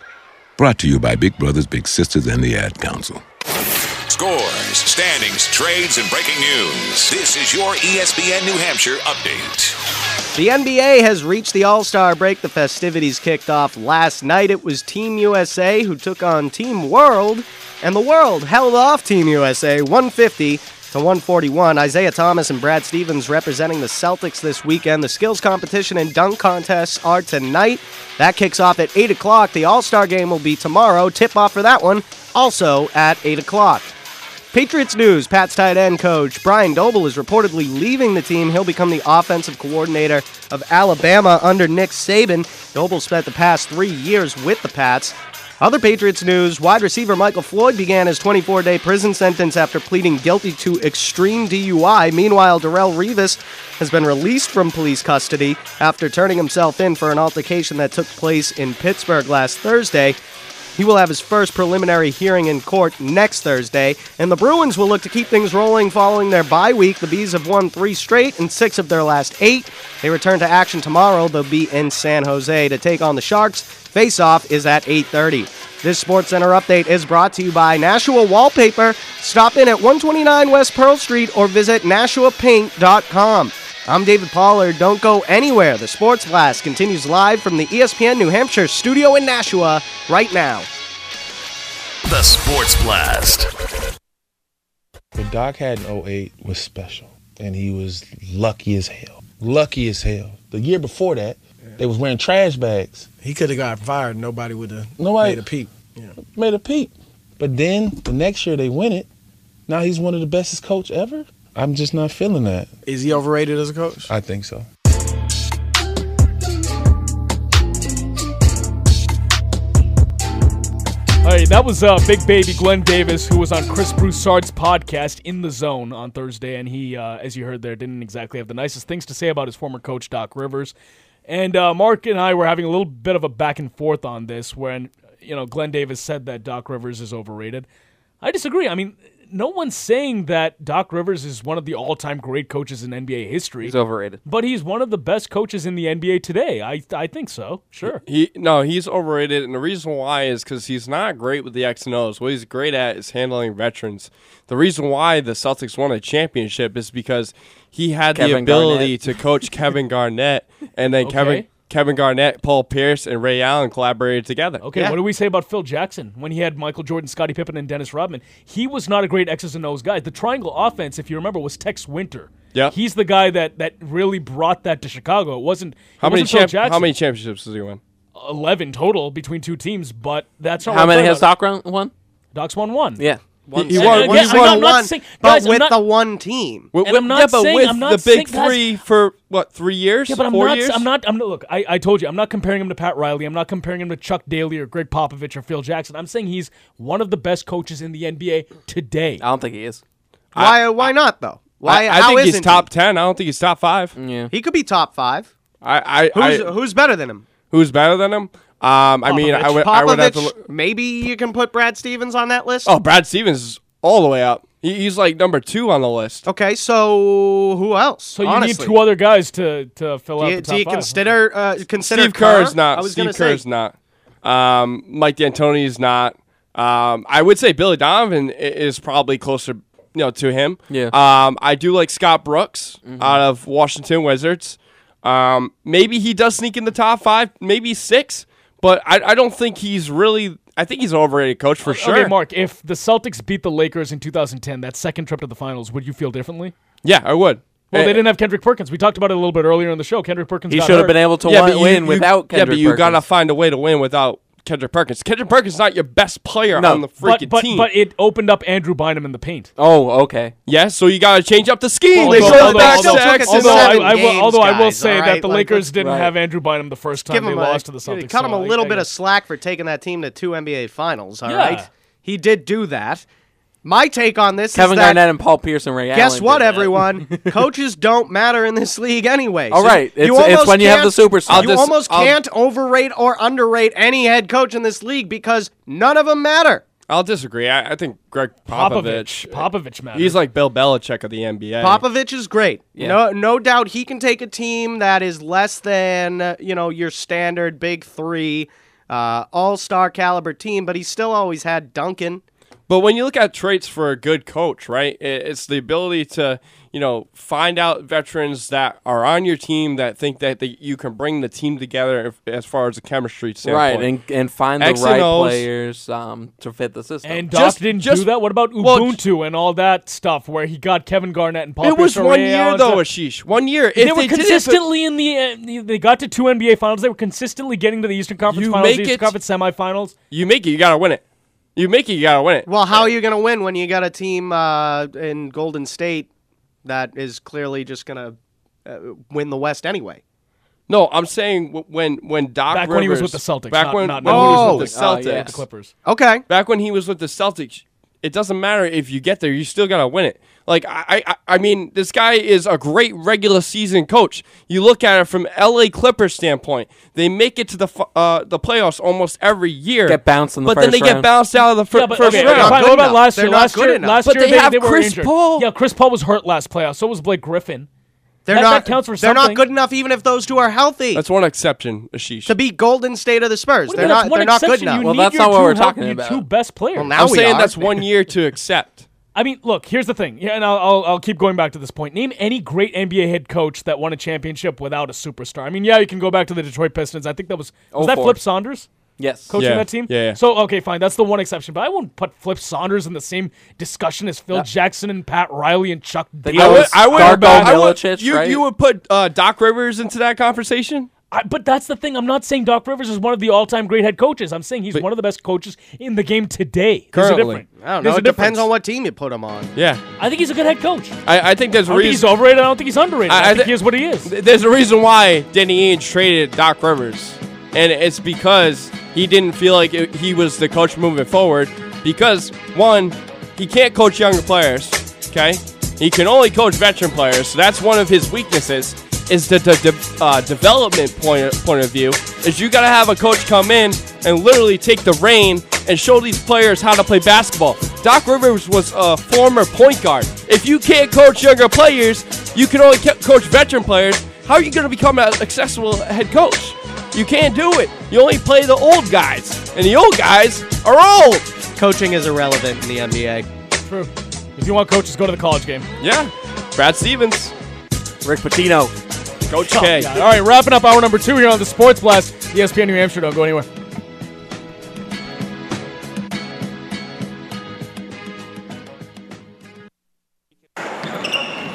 Brought to you by Big Brothers Big Sisters and the Ad Council.
Scores, standings, trades, and breaking news. This is your E ESPN New Hampshire update.
The NBA has reached the All Star break. The festivities kicked off last night. It was Team USA who took on Team World, and the world held off Team USA 150 to 141. Isaiah Thomas and Brad Stevens representing the Celtics this weekend. The skills competition and dunk contests are tonight. That kicks off at 8 o'clock. The All Star game will be tomorrow. Tip off for that one also at 8 o'clock. Patriots news Pats tight end coach Brian Doble is reportedly leaving the team. He'll become the offensive coordinator of Alabama under Nick Saban. Doble spent the past three years with the Pats. Other Patriots news wide receiver Michael Floyd began his 24 day prison sentence after pleading guilty to extreme DUI. Meanwhile, Darrell Revis has been released from police custody after turning himself in for an altercation that took place in Pittsburgh last Thursday. He will have his first preliminary hearing in court next Thursday, and the Bruins will look to keep things rolling following their bye week. The Bees have won three straight and six of their last eight. They return to action tomorrow. They'll be in San Jose to take on the Sharks. Face-off is at 8:30. This Sports Center update is brought to you by Nashua Wallpaper. Stop in at 129 West Pearl Street or visit NashuaPaint.com. I'm David Pollard. Don't go anywhere. The Sports Blast continues live from the E ESPN New Hampshire studio in Nashua right now.
The Sports Blast.
What Doc had in 08 was special, and he was lucky as hell. Lucky as hell. The year before that, they was wearing trash bags.
He could have got fired. Nobody would have
Nobody-
made a peep. Yeah.
Made a peep. But then the next year they win it. Now he's one of the bestest coach ever. I'm just not feeling that.
Is he overrated as a coach?
I think so.
All right, that was uh, Big Baby Glenn Davis, who was on Chris Broussard's podcast In the Zone on Thursday, and he, uh, as you heard there, didn't exactly have the nicest things to say about his former coach Doc Rivers. And uh, Mark and I were having a little bit of a back and forth on this, when you know Glenn Davis said that Doc Rivers is overrated. I disagree. I mean, no one's saying that Doc Rivers is one of the all-time great coaches in NBA history.
He's overrated.
but he's one of the best coaches in the NBA today. I I think so. Sure.
He no, he's overrated, and the reason why is because he's not great with the X and O's. What he's great at is handling veterans. The reason why the Celtics won a championship is because he had the
Kevin
ability
Garnett.
to coach Kevin Garnett, and then Kevin
Okay.
Kevin Garnett, Paul Pierce, and Ray Allen collaborated together.
Okay, what do we say about Phil Jackson when he had Michael Jordan, Scottie Pippen, and Dennis Rodman? He was not a great X's and O's guy. The triangle offense, if you remember, was Tex Winter.
Yeah.
he's the guy that that really brought that to Chicago. It wasn't
How
it
many
wasn't Phil
champ-
Jackson.
How many championships does he win?
Eleven total between two teams, but that's not
How
what I'm
many
talking
has
about.
Doc run- won?
Doc's won one.
Yeah.
He- he won-
And
he
again, I'm not-
won
I'm not
one,
saying-
but
guys, I'm
with
not-
the one team.
With,
And I'm not
yeah, but
saying-
with
I'm not
the
saying-
big
guys-
three for what three years?
Yeah, but I'm
four
not.
years?
I'm not. I'm not. Look, I, I told you, I'm not comparing him to Pat Riley. I'm not comparing him to Chuck Daly or Greg Popovich or Phil Jackson. I'm saying he's one of the best coaches in the NBA today. I
don't think he is.
Why? why not though? Why?
I, I
how
think he's
isn't
top ten. I don't think he's top five.
Yeah,
he? He could be top five.
I, I,
Who's
I
who's better than him?
who's better than him? Um,
Oh,
I mean, I would,
Popovich,
I would have to. Look,
maybe you can put Brad Stevens on that list.
oh, Brad Stevens is all the way up. He, he's like number two on the list.
Okay, so who else?
So you need two other guys to to fill
Do
out
you,
the
do
top
you
five.
consider uh, consider
Steve Kerr is
Kerr?
not.
I was
Steve
gonna
Kerr
say.
is not. Um, Mike D'Antoni is not. Um, I would say Billy Donovan i- is probably closer, you know, to him.
Yeah.
Um, I do like Scott Brooks
Mm-hmm.
Mhm.
out of Washington Wizards. Um, maybe he does sneak in the top five, maybe six, but I, I don't think he's really. I think he's an overrated coach for sure.
Okay, Mark, if the Celtics beat the Lakers in 2010, that second trip to the finals, would you feel differently?
Yeah, I would.
Well,
Eh,
they didn't have Kendrick Perkins. We talked about it a little bit earlier in the show. Kendrick Perkins.
He
got
should have
hurt.
been able to
Yeah,
wa-
but you-
win
you-
without
Yeah, but
Kendrick
you gotta
Perkins.
find a way to win without Kendrick Perkins. Kendrick Perkins is not your best player
No,
on the
but-
freaking
but,
team.
But it opened up Andrew Bynum in the paint.
Oh, okay.
Yeah, so you gotta change up the scheme.
although,
they showed the
although,
back
although,
six.
although I, I will,
games,
although uh, I will
guys,
say
all
that
right?
the
Like,
Lakers
let's-
didn't
Right.
have Andrew Bynum the first time
give
they
him
lost to
a,
the
yeah,
Celtics.
Cut him
so
a
I-
little
I
bit
guess.
of slack for taking that team to two NBA Finals. All
Yeah.
right, he did do that. My take on this
Kevin
is that
Garnett and Paul Pierce and Ray Allen
guess
did
what,
that.
everyone? Coaches don't matter in this league anyway.
All right, it's- it's
almost
when you have the
can't-
superstar. I'll
You
just-
almost
I'll-
can't overrate or underrate any head coach in this league because none of them matter.
I'll disagree. I, I think Greg Popovich. uh,
Popovich. Popovich matters.
He's like Bill Belichick of the NBA.
Popovich is great.
Yeah.
No, no doubt he can take a team that is less than uh, you know your standard big three, uh, all star caliber team, but he's still always had Duncan.
But when you look at traits for a good coach, right? i- It's the ability to, you know, find out veterans that are on your team that think that they, you can bring the team together if, as far as the chemistry standpoint.
Right, and, and find the
X and
right
O's.
players um, to fit the system.
And Doc didn't do that. What about Ubuntu and all that stuff where he got Kevin Garnett and Paul
It was
Pierce or
one
Ray
year
Allen to-
though, Ashish. One year. If
They were
did it for-
consistently in the. Uh, they got to two NBA finals. They were consistently getting to the Eastern Conference
You
finals,
make
the Eastern
it-
Conference semifinals.
You make it. You gotta win it. You make it. You gotta win it.
Well, how are you going to win when you got a team uh, in Golden State that is clearly just going to uh, win the West anyway?
No, I'm saying w- when when Doc
Back when he was
Rivers-
with the Celtics,
back
not-
when,
not
when
now.
he
Oh,
was with the
oh,
Celtics,
yeah. The Clippers.
Okay,
back when he was with the Celtics, it doesn't matter if you get there, you still gotta win it. Like I, I, I mean, this guy is a great regular season coach. You look at it from L.A. Clippers standpoint; they make it to the fi- uh, the playoffs almost every year.
Get bounced in the
but then
first
they get
round.
bounced out of the fir-
yeah, but,
first
okay,
round.
okay, fine, what about last year? last year, last
but
year
they, have
were
Chris
injured.
Paul.
Yeah, Chris Paul was hurt last playoff. So was Blake Griffin.
They're
That-
not
that counts for
They're
something.
not good enough, even if those two are healthy,
That's one exception, Ashish.
to beat Golden State or the Spurs.
What do you mean
They're not.
that's one
They're not good
exception?
enough.
You need your two help- your Two best players.
Well, now
I'm
we
saying
are.
that's one year to accept.
I mean, look, here's the thing. Yeah, and I'll, I'll, I'll keep going back to this point. Name any great NBA head coach that won a championship without a superstar. I mean, yeah, you can go back to the Detroit Pistons. I think that was
Oh,
was that
four.
Flip Saunders?
Yes.
Coaching
Yeah,
that team?
yeah, yeah.
So, okay, fine. That's the one exception. But I wouldn't put Flip Saunders in the same discussion as Phil Jackson and Pat Riley and Chuck Davis.
I would. I would.
Go back-
I would- you, you would put uh, Doc Rivers into that conversation.
I, but that's the thing. I'm not saying Doc Rivers is one of the all-time great head coaches. I'm saying he's one of the best coaches in the game today. There's a difference.
I don't know.
There's a
It depends
difference.
on what team you put him on.
Yeah.
I think he's a good head coach.
I, I think
I
there's a
don't think he's
reason.
overrated. I don't think he's underrated. I,
I- I
think
thi-
he is what he is.
There's a reason why Danny Ainge traded Doc Rivers, and it's because he didn't feel like it, he was the coach moving forward. Because one, he can't coach younger players. Okay, he can only coach veteran players. So that's one of his weaknesses. Is the, the, de- uh, development point point of view is you got to have a coach come in and literally take the reign and show these players how to play basketball. Doc Rivers was a former point guard. If you can't coach younger players, you can only ca- coach veteran players. How are you going to become a successful head coach? You can't do it. You only play the old guys, and the old guys are old.
Coaching is irrelevant in the NBA.
True. If you want coaches, go to the college game.
Yeah, Brad Stevens,
Rick Pitino,
Coach
Oh,
K. E
God. All right, wrapping up hour number two here on the Sports Blast. ESPN New Hampshire. Don't go anywhere.